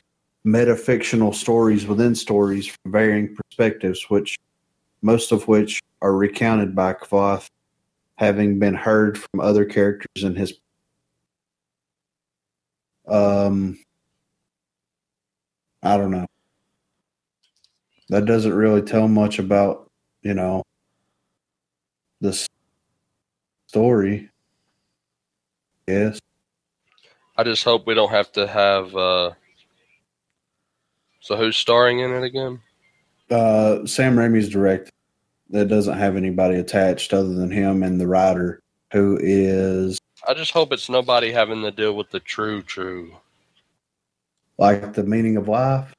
metafictional stories within stories from varying perspectives, which most of which are recounted by Kvath having been heard from other characters in his um i don't know that doesn't really tell much about you know this story Yes.
I just hope we don't have to have. Uh, so who's starring in it again?
Uh, Sam Raimi's direct that doesn't have anybody attached other than him and the writer who is
I just hope it's nobody having to deal with the true true,
like the meaning of life.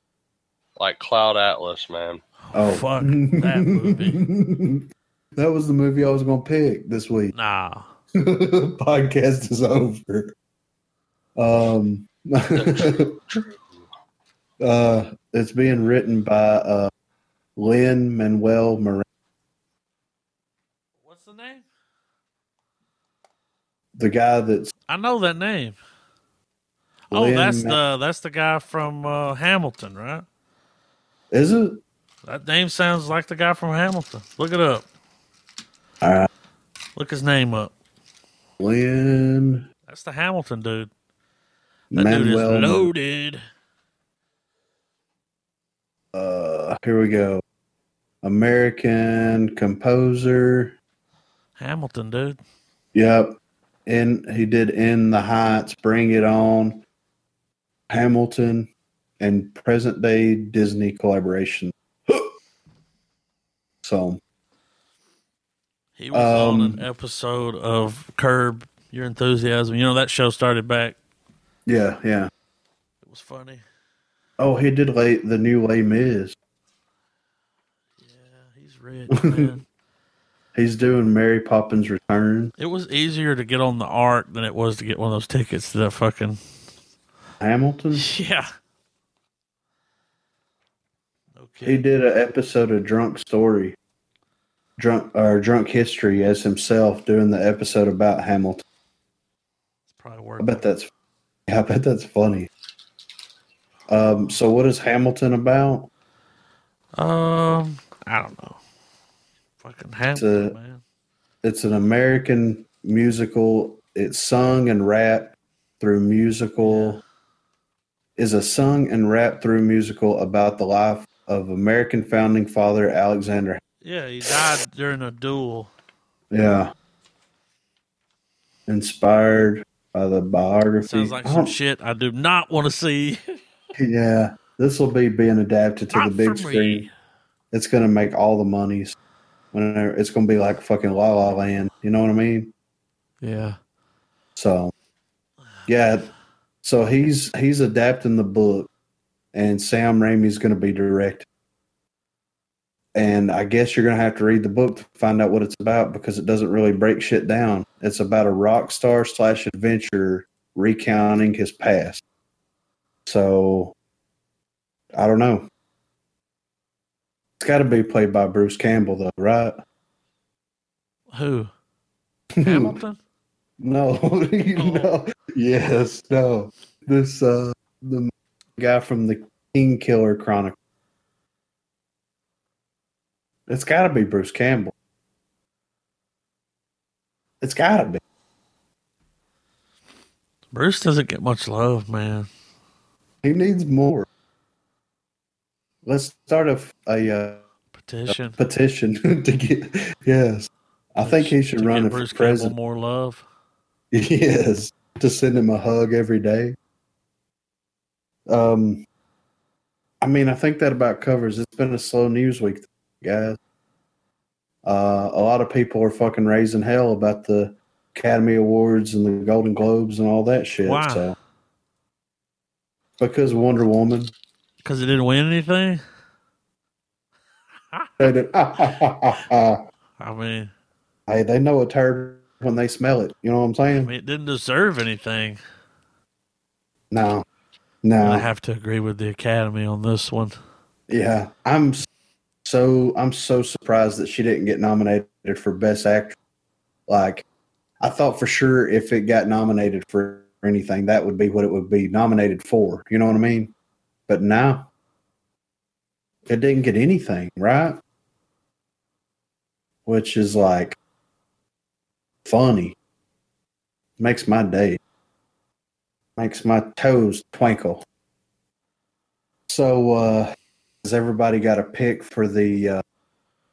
like Cloud Atlas, man.
Oh,
Fuck that movie.
that was the movie I was going to pick this week.
Nah.
podcast is over. Um, uh, it's being written by uh, Lynn Manuel Miranda.
What's the name?
The guy that's
I know that name. Oh,
Lin
that's
Ma-
the that's the guy from uh, Hamilton, right?
is it?
That name sounds like the guy from Hamilton. Look it up.
All right,
Look his name up.
Lynn
That's the Hamilton dude. That dude is
Manuel.
loaded.
uh, here we go. American composer.
Hamilton dude.
Yep, and he did "In the Heights," "Bring It On," Hamilton, and present day Disney collaboration. so
He was
Um,
on an episode of Curb Your Enthusiasm. You know that show started back.
yeah, yeah.
It was funny.
Oh, he did late the new Les Mis.
Yeah, he's rich, man.
He's doing Mary Poppins Return.
it was easier to get on the arc than it was to get one of those tickets to that fucking
Hamilton.
Yeah.
He
Okay.
did an episode of Drunk Story, Drunk or Drunk History as himself doing the episode about Hamilton.
It's probably
I
worth
bet that's, yeah, I bet that's funny. Um, so what is Hamilton about?
it. Um, I don't know. Fucking Hamilton,
a-
man.
It's an American musical. It's sung and rap through musical. Is a sung and rap through musical about the life of American founding father Alexander.
Yeah, he died during a duel.
Yeah. Inspired by the biography.
Sounds like
I
some
don't-
shit I do not want to see.
Yeah, this will be being adapted to
Not
the big
for me.
screen. It's gonna make all the monies. Whenever it's gonna be like fucking La La Land. You know what I mean?
Yeah.
So, yeah. So he's he's adapting the book, and Sam Raimi's gonna be directing. And I guess you're gonna have to read the book to find out what it's about because it doesn't really break shit down. It's about a rock star slash adventurer recounting his past. So, I don't know. It's got to be played by Bruce Campbell, though, right?
Who? Hamilton?
No,
Oh.
no. Yes, no. This uh the guy from the King Killer Chronicle. It's got to be Bruce Campbell. It's got to be.
Bruce doesn't get much love, man.
He needs more. Let's start a a uh,
Petition.
petition to get. Yes, I think he should
To
run
give
it
Bruce
for
Campbell
president.
more love.
Yes, to send him a hug every day. Um, I mean, I think that about covers. It's been a slow news week, guys. Uh, a lot of people are fucking raising hell about the Academy Awards and the Golden Globes and all that shit.
Why?
So, because Wonder Woman
Because he didn't win anything?
said it.
I mean,
hey, they know a turd when they smell it. You know what I'm
I
saying?
mean it didn't deserve anything.
No, no.
I have to agree with the Academy on this one.
Yeah, I'm s- so I'm so surprised that she didn't get nominated for best actress. Like, I thought for sure if it got nominated for anything, that would be what it would be nominated for. You know what I mean? But no, it didn't get anything right, which is like funny. Makes my day. Makes my toes twinkle. So, uh, has everybody got a pick for the uh,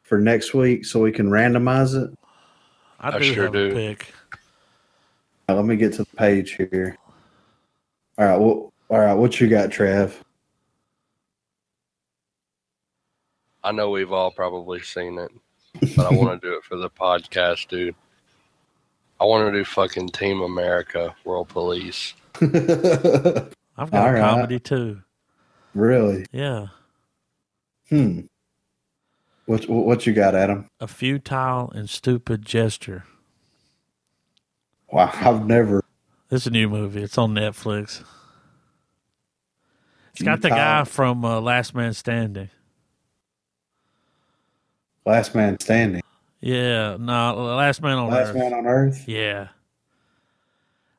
for next week so we can randomize it?
I,
I
do
sure
have a
do.
pick.
Now, let me get to the page here. All right. Well, all right. What you got, Trav?
I know we've all probably seen it, but I want to do it for the podcast, dude. I want to do fucking Team America, World Police.
I've got
All
a
right.
comedy too.
really?
Yeah.
Hmm. What What you got, Adam?
A futile and stupid gesture.
Wow, I've never.
It's a new movie. It's on Netflix. It's got the guy
Futile.
from uh, Last Man Standing.
Last man standing.
Yeah, no, Last Man on
Last
Earth.
man on earth.
Yeah.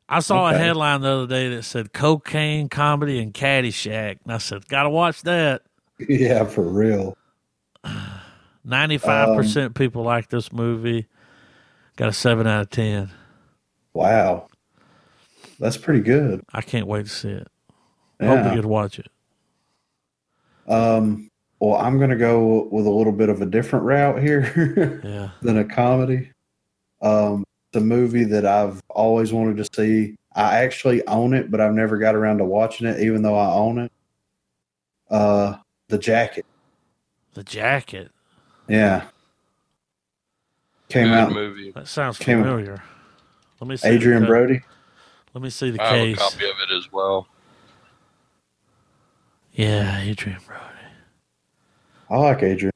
I saw a
Okay.
headline the other day that said cocaine comedy and Caddyshack, and I said, "Gotta watch that."
Yeah, for real.
Ninety-five
Um,
percent people like this movie. Got a seven out of ten.
Wow, that's pretty good.
I can't wait to see it. I Hope we
Yeah.
get to watch it.
Um. Well, I'm gonna go with a little bit of a different route here.
Yeah.
than a comedy. Um, the movie that I've always wanted to see. I actually own it, but I've never got around to watching it, even though I own it. Uh, the Jacket.
The jacket.
Yeah. Came
Good
out.
movie.
That sounds
Came out.
familiar. Let me see. the
Adrian
co-
Brody.
Let me see the
I have a
case.
copy of it as well.
Yeah, Adrian Brody.
I like Adrian.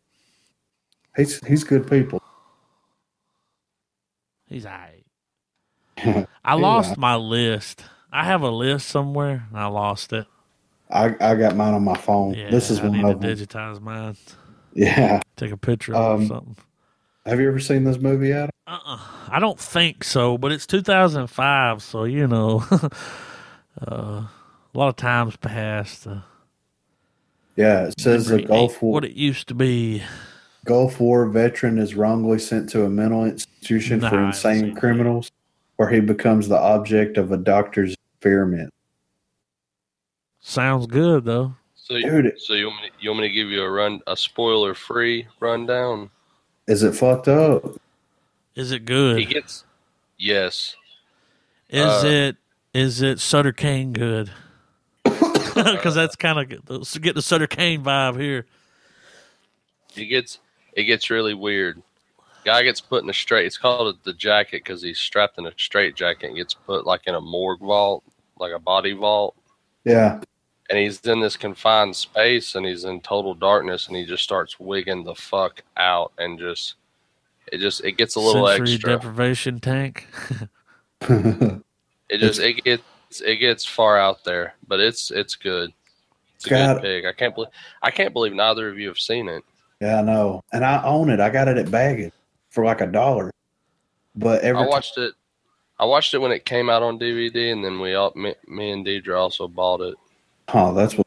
He's he's good people.
He's alright. I lost my list. I have a list somewhere, and I lost it.
I I got mine on my phone.
Yeah,
this is
I
one
need
of
to
them.
digitize mine.
Yeah.
Take a picture of it or
Um,
something.
Have you ever seen this movie, Adam?
Uh-uh. I don't think so, but it's 2005, so you know, uh, a lot of times passed. Uh,
Yeah. It says the
memory
Gulf
ain't
War
What it used to be.
Gulf War veteran is wrongly sent to a mental institution
Nah, I
for
haven't seen
insane
that.
criminals, where he becomes the object of a doctor's experiment.
Sounds good though.
So,
Dude,
so you want me to, you want me to give you a run a spoiler free rundown?
is it fucked up?
Is it
He
good?
gets yes.
Is
uh,
it is it Sutter Kane good? Because that's kind of let's get the Sutter Kane vibe here.
It gets it gets really weird. Guy gets put in a straight. It's called the jacket because he's strapped in a straight jacket and gets put like in a morgue vault, like a body vault.
Yeah.
And he's in this confined space and he's in total darkness and he just starts wigging the fuck out and just it just it gets a little
Sensory
extra.
deprivation tank.
God,
It just it gets it gets far out there, but it's it's good. It's a
God.
good pick. I can't believe I can't believe neither of you have seen it.
yeah, I know. And I own it. I got it at Baggett for like a dollar. But every
I watched it. I watched it when it came out on DVD, and then we all me, me and Deidre also bought it.
time, oh, that's what.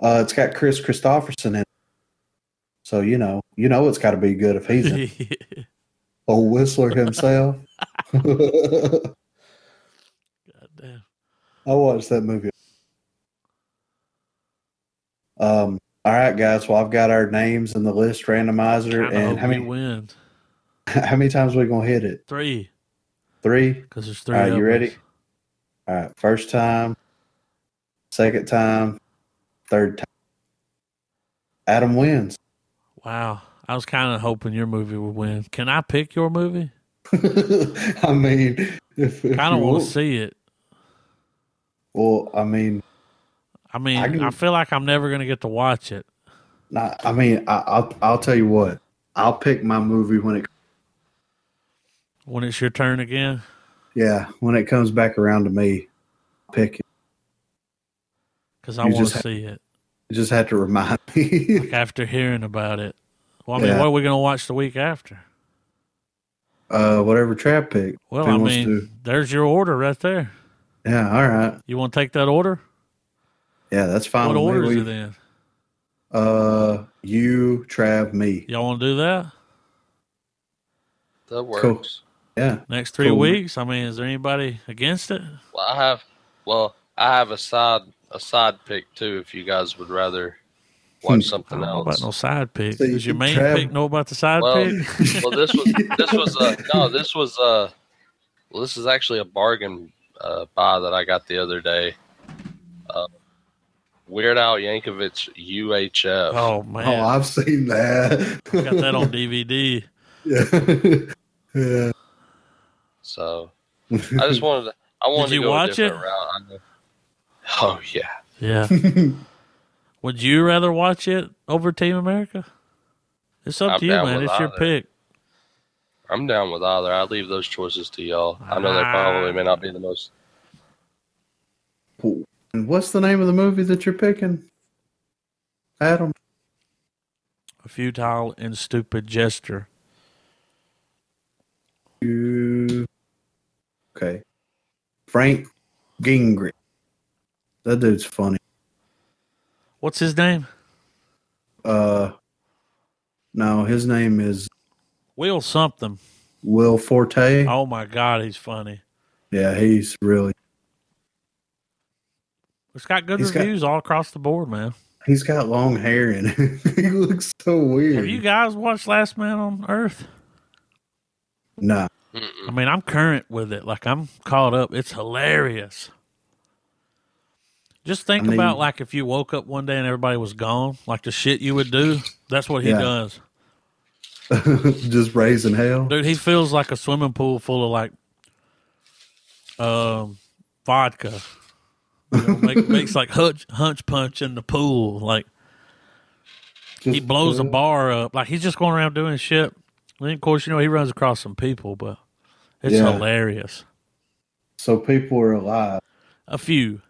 Uh, it's got Chris Christopherson in it. So, you know, you know it's got to be good if he's in it.
God
Old Whistler himself. I
damn.
watched that movie. Um. All right, guys. Well, I've got our names in the list randomizer,
Kinda
and
hope
how
we
many
win
how many times we gonna hit it?
three
Three.
because there's three.
Alright, you
of us.
ready? All right. First time. Second time. Third time. Adam wins.
Wow. I was kind of hoping your movie would win. Can I pick your movie?
I mean, if, if
Kind of
you
want
want-
to see it.
Well, I mean,
I mean,
I
I,
can-
feel like I'm never going to get to watch it.
not. I mean, I, I'll I'll tell you what. I'll pick my movie when it
When it's your turn again,
Yeah, when it comes back around to me, pick it.
because I
You
want
just
to
ha-
see it
You just have to remind me.
after hearing about it. Well, I mean,
Yeah.
what are we going to watch the week after?
uh, whatever trap pick.
Well,
Who
I
wants
mean,
to-
there's your order right there.
Yeah, all right.
You want to take that order?
Yeah, that's fine.
what
with me.
order is
Um, We-
it in?
Uh, you, Trav, me.
Y'all want to do that
That works.
Yeah.
next three
Cool.
weeks? I mean, is there anybody against it?
Well, I have. Well, I have a side a side pick too. If you guys would rather
I
watch something
don't know about
else.
no side pick.
See,
Does your main
Trav- Oh,
pick know about the side
Well-
pick?
Well, this was this was uh no, this was uh Well, this is actually a bargain uh, buy that I got the other day. Uh, Weird Al Yankovic's UHF.
Oh man,
Oh, I've seen that.
got that on DVD.
yeah. yeah.
So I just wanted to. I wanted
Did you
to go
watch
a different
it?
route. I know. Oh yeah,
Yeah. Would you rather watch it over Team America? It's up
I'm
to you,
down
man.
with
It's your
either.
pick.
I'm down with either. I leave those choices to y'all. I know they
Ah.
probably may not be the most.
And what's the name of the movie that you're picking? Adam.
A futile and stupid gesture.
You- Okay. Frank Gingrich. That dude's funny.
What's his name?
Uh no, his name is
Will something.
Will Forte.
Oh my God, he's funny.
Yeah, he's really
It's got good
He's got-
reviews all across the board, man.
he's got long hair and he looks so weird.
Have you guys watched Last Man on Earth?
nah.
I
Mm-mm.
mean, I'm current with it. Like I'm caught up. It's hilarious. Just think
I mean-
about like if you woke up one day and everybody was gone, like the shit you would do. That's what he
Yeah.
does.
Just raising hell.
Dude, he feels like a swimming pool full of like um vodka. You know, make, makes like hunch, hunch punch in the pool. Like he
Just-
blows a bar up. Like he's just going around doing shit. And then, of course, you know he runs across some people, but it's
Yeah.
hilarious.
So people are alive.
A few,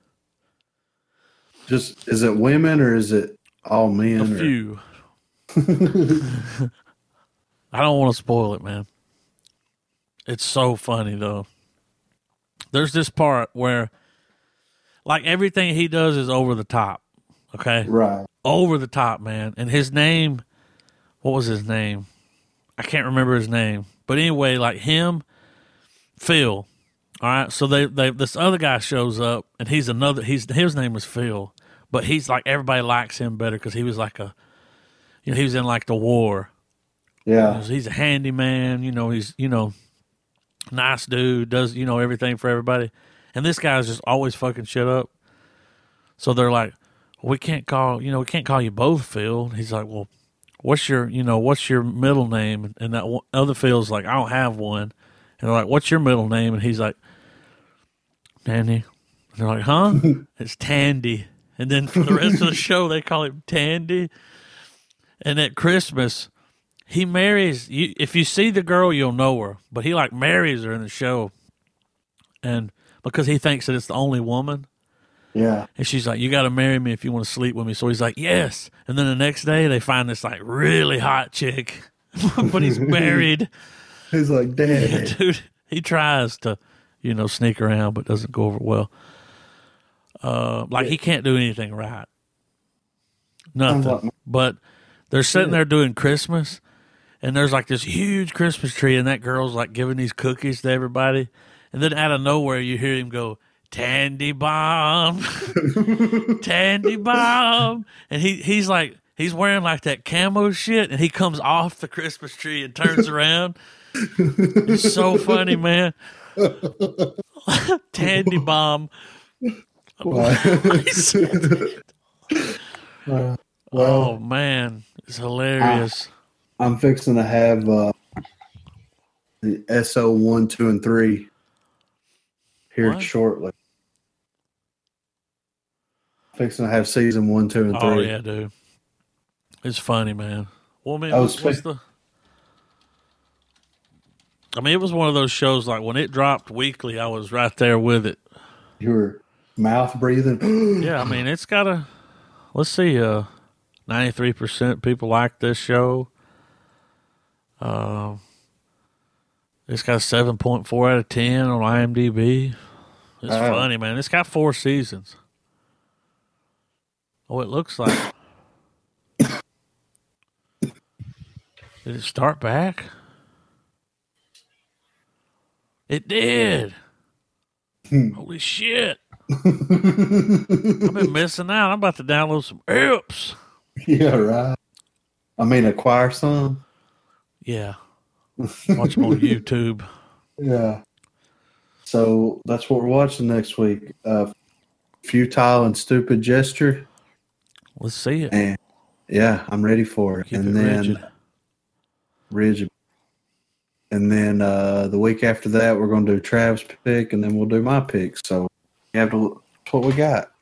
Just is it women or is it all men?
a
or-
few. I don't want to spoil it, man. It's so funny though. There's this part where, like everything he does is over the top. Okay,
Right.
over the top, man. And his name, what was his name? I can't remember his name. But anyway, like him, Phil. All right. So they, they this other guy shows up and he's another he's his name was Phil. But he's like everybody likes him better because he was like a you know, he was in like the war.
Yeah.
He's a handyman, you know, he's you know, nice dude, does you know everything for everybody. And this guy's just always fucking shit up. So they're like, We can't call you know, we can't call you both Phil. And he's like, Well, what's your you know, what's your middle name? And that one, other Phil's like, I don't have one. And they're like, What's your middle name? And he's like, Tandy. And they're like, Huh? it's Tandy. And then for the rest of the show they call him Tandy. And at Christmas, he marries you if you see the girl you'll know her but he like marries her in the show and because he thinks that it's the only woman
Yeah.
and she's like you got to marry me if you want to sleep with me so he's like yes and then the next day they find this like really hot chick but he's married
He's like, Dad.
dude he tries to you know sneak around but doesn't go over well uh like he can't do anything right nothing
like-
but they're sitting there doing christmas and there's like this huge christmas tree and that girl's like giving these cookies to everybody and then out of nowhere you hear him go tandy bomb tandy bomb and he he's like he's wearing like that camo shit and he comes off the christmas tree and turns around it's so funny, man. Tandy bomb.
Uh,
Oh
well, Ah,
man, it's hilarious.
I'm fixing to have uh, the SO one, two, and three here
What?
shortly. Fixing to have season one, two, and three.
oh yeah, dude. It's funny, man. Well, I mean,
I
what's,
was
what's the? I mean, it was one of those shows. Like when it dropped weekly, I was right there with it.
You were mouth breathing.
Yeah, I mean, it's got a. Let's see, uh, ninety-three percent people like this show. Um, it's got a seven point four out of ten on IMDb. It's
Wow.
funny, man. It's got four seasons. Oh, it looks like. Did it start back? It did. Holy shit. I've been missing out. I'm about to download some apps.
yeah, right. I mean, acquire some.
Yeah. Watch them on YouTube.
Yeah. So that's what we're watching next week. Uh, futile and stupid gesture.
Let's see it.
And yeah, I'm ready for it.
Keep
and
it
then
rigid.
rigid. And then uh, the week after that, we're going to do Trav's pick, and then we'll do my pick. So you have to that's what we got.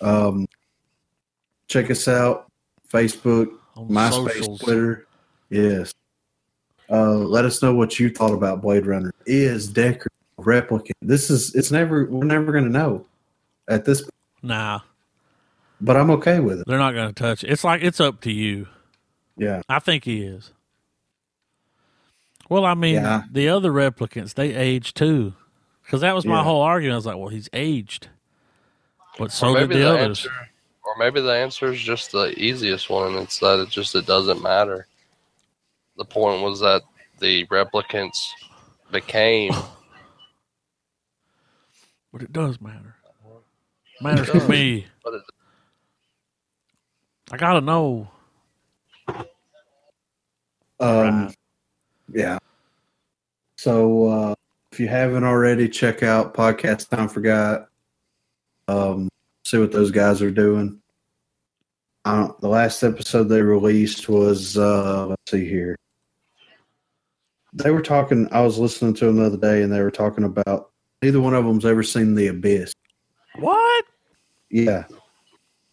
Um, check us out: Facebook,
on
MySpace,
socials.
Twitter. Yes. Uh, let us know what you thought about Blade Runner. Is Decker a replicant? This is it's never we're never going to know at this,
Nah,
but I'm okay with it.
they're not going to touch it. It's like it's up to you.
Yeah.
I think he is. Well, I mean,
Yeah.
the other replicants they age too, because that was my
Yeah.
whole argument. I was like, well, he's aged, but so
Or
did
maybe
the
the
others.
answer- or maybe the answer is just the easiest one. It's that it just it doesn't matter. The point was that the replicants became
But it does matter. Matters
does.
to me.
but it,
I gotta know.
Um,
Right.
Yeah. So uh, if you haven't already, check out Podcast Time Forgot. Um, see what those guys are doing. I don't, the last episode they released was, uh, let's see here. They were talking, I was listening to them the other day, and they were talking about neither one of them's ever seen The Abyss.
What?
Yeah.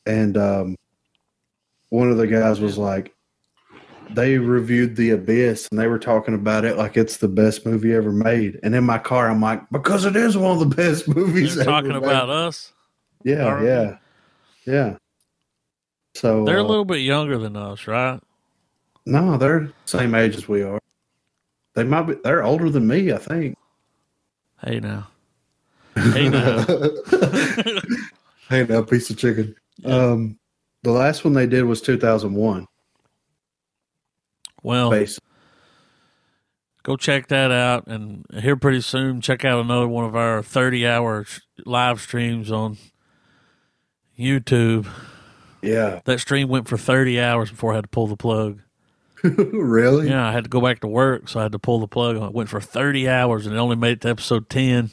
And um, one of the guys was like, they reviewed The Abyss and they were talking about it like it's the best movie ever made. And in my car, I'm like, because it is one of the best movies
They're
ever
talking
made."
about us.
Yeah,
our-
yeah. Yeah. So
They're a
uh,
little bit younger than us, right?
no, they're same age as we are. They might be they're older than me, I think.
Hey now. Hey now.
hey now, piece of chicken. Um the last one they did was two thousand one.
well,
Basically.
go check that out and here pretty soon check out another one of our 30 hour sh- live streams on youtube
Yeah.
that stream went for 30 hours before i had to pull the plug
really?
yeah i had to go back to work so i had to pull the plug on it went for 30 hours and it only made it to episode 10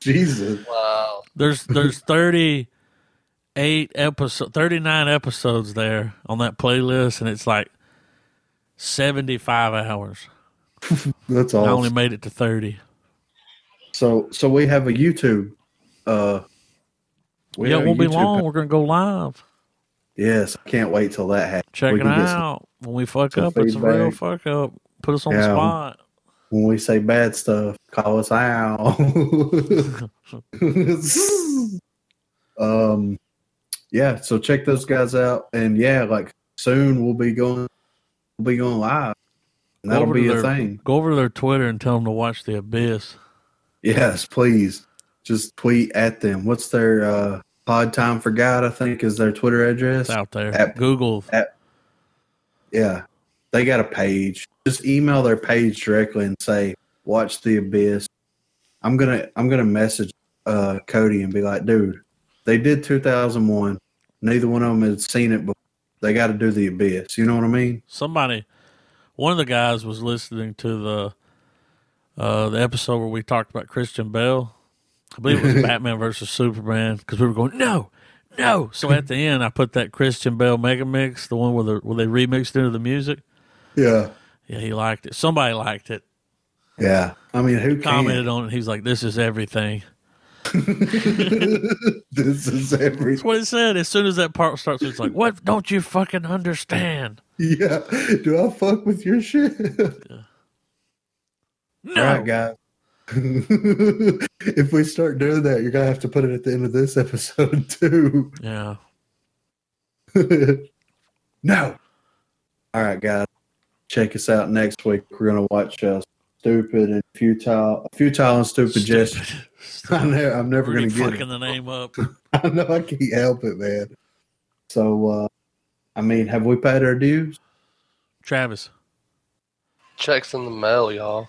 Jesus.
wow.
there's there's 38 episode 39 episodes there on that playlist and it's like 75 hours
That's
i only
awesome.
made it to 30
So so we have a YouTube uh we
yeah
have
it
a
won't be
YouTube
long
pa-
we're gonna go live
Yes, I can't wait till that happens.
Check
We
it
can get some-
out. When we fuck
some
up, it's a real
feedback.
fuck up. Put us on the
Yeah.
spot.
when we say bad stuff, call us out. um yeah, so check those guys out and yeah, like soon we'll be going we'll be going live. And that'll
Over to
be a
their-
thing.
Go over to their Twitter and tell them to watch The Abyss.
Yes, please. Just tweet at them. What's their uh pod time for God, I think is their Twitter address.
It's out there.
App-
Google.
Yeah. They got a page. Just email their page directly and say, Watch the abyss. I'm gonna I'm gonna message uh Cody and be like, dude, they did two thousand one. Neither one of them had seen it before. They gotta do the abyss. You know what I mean?
Somebody, one of the guys was listening to the uh, the episode where we talked about Christian Bell. I believe it was Batman versus Superman because we were going no, no. So at the end, I put that Christian Bell mega mix, the one where the where they remixed into the music.
Yeah.
Yeah, he liked it. Somebody liked it.
Yeah. I mean who
Commented
can?
on it. He was like, "This is everything."
this is every
That's what it said. As soon as that part starts, it's like, what don't you fucking understand?
Yeah. Do I fuck with your shit?
No.
All right, guys. if we start doing that, you're gonna have to put it at the end of this episode too.
yeah.
no. All right, guys. Check us out next week. We're gonna watch uh, stupid and futile, futile and stupid, gesture. I know I'm never
Really
gonna get.
fucking
It.
the name up.
I know I can't help it, man. So, uh, I mean, have we paid our dues?
Travis.
Checks in the mail, y'all.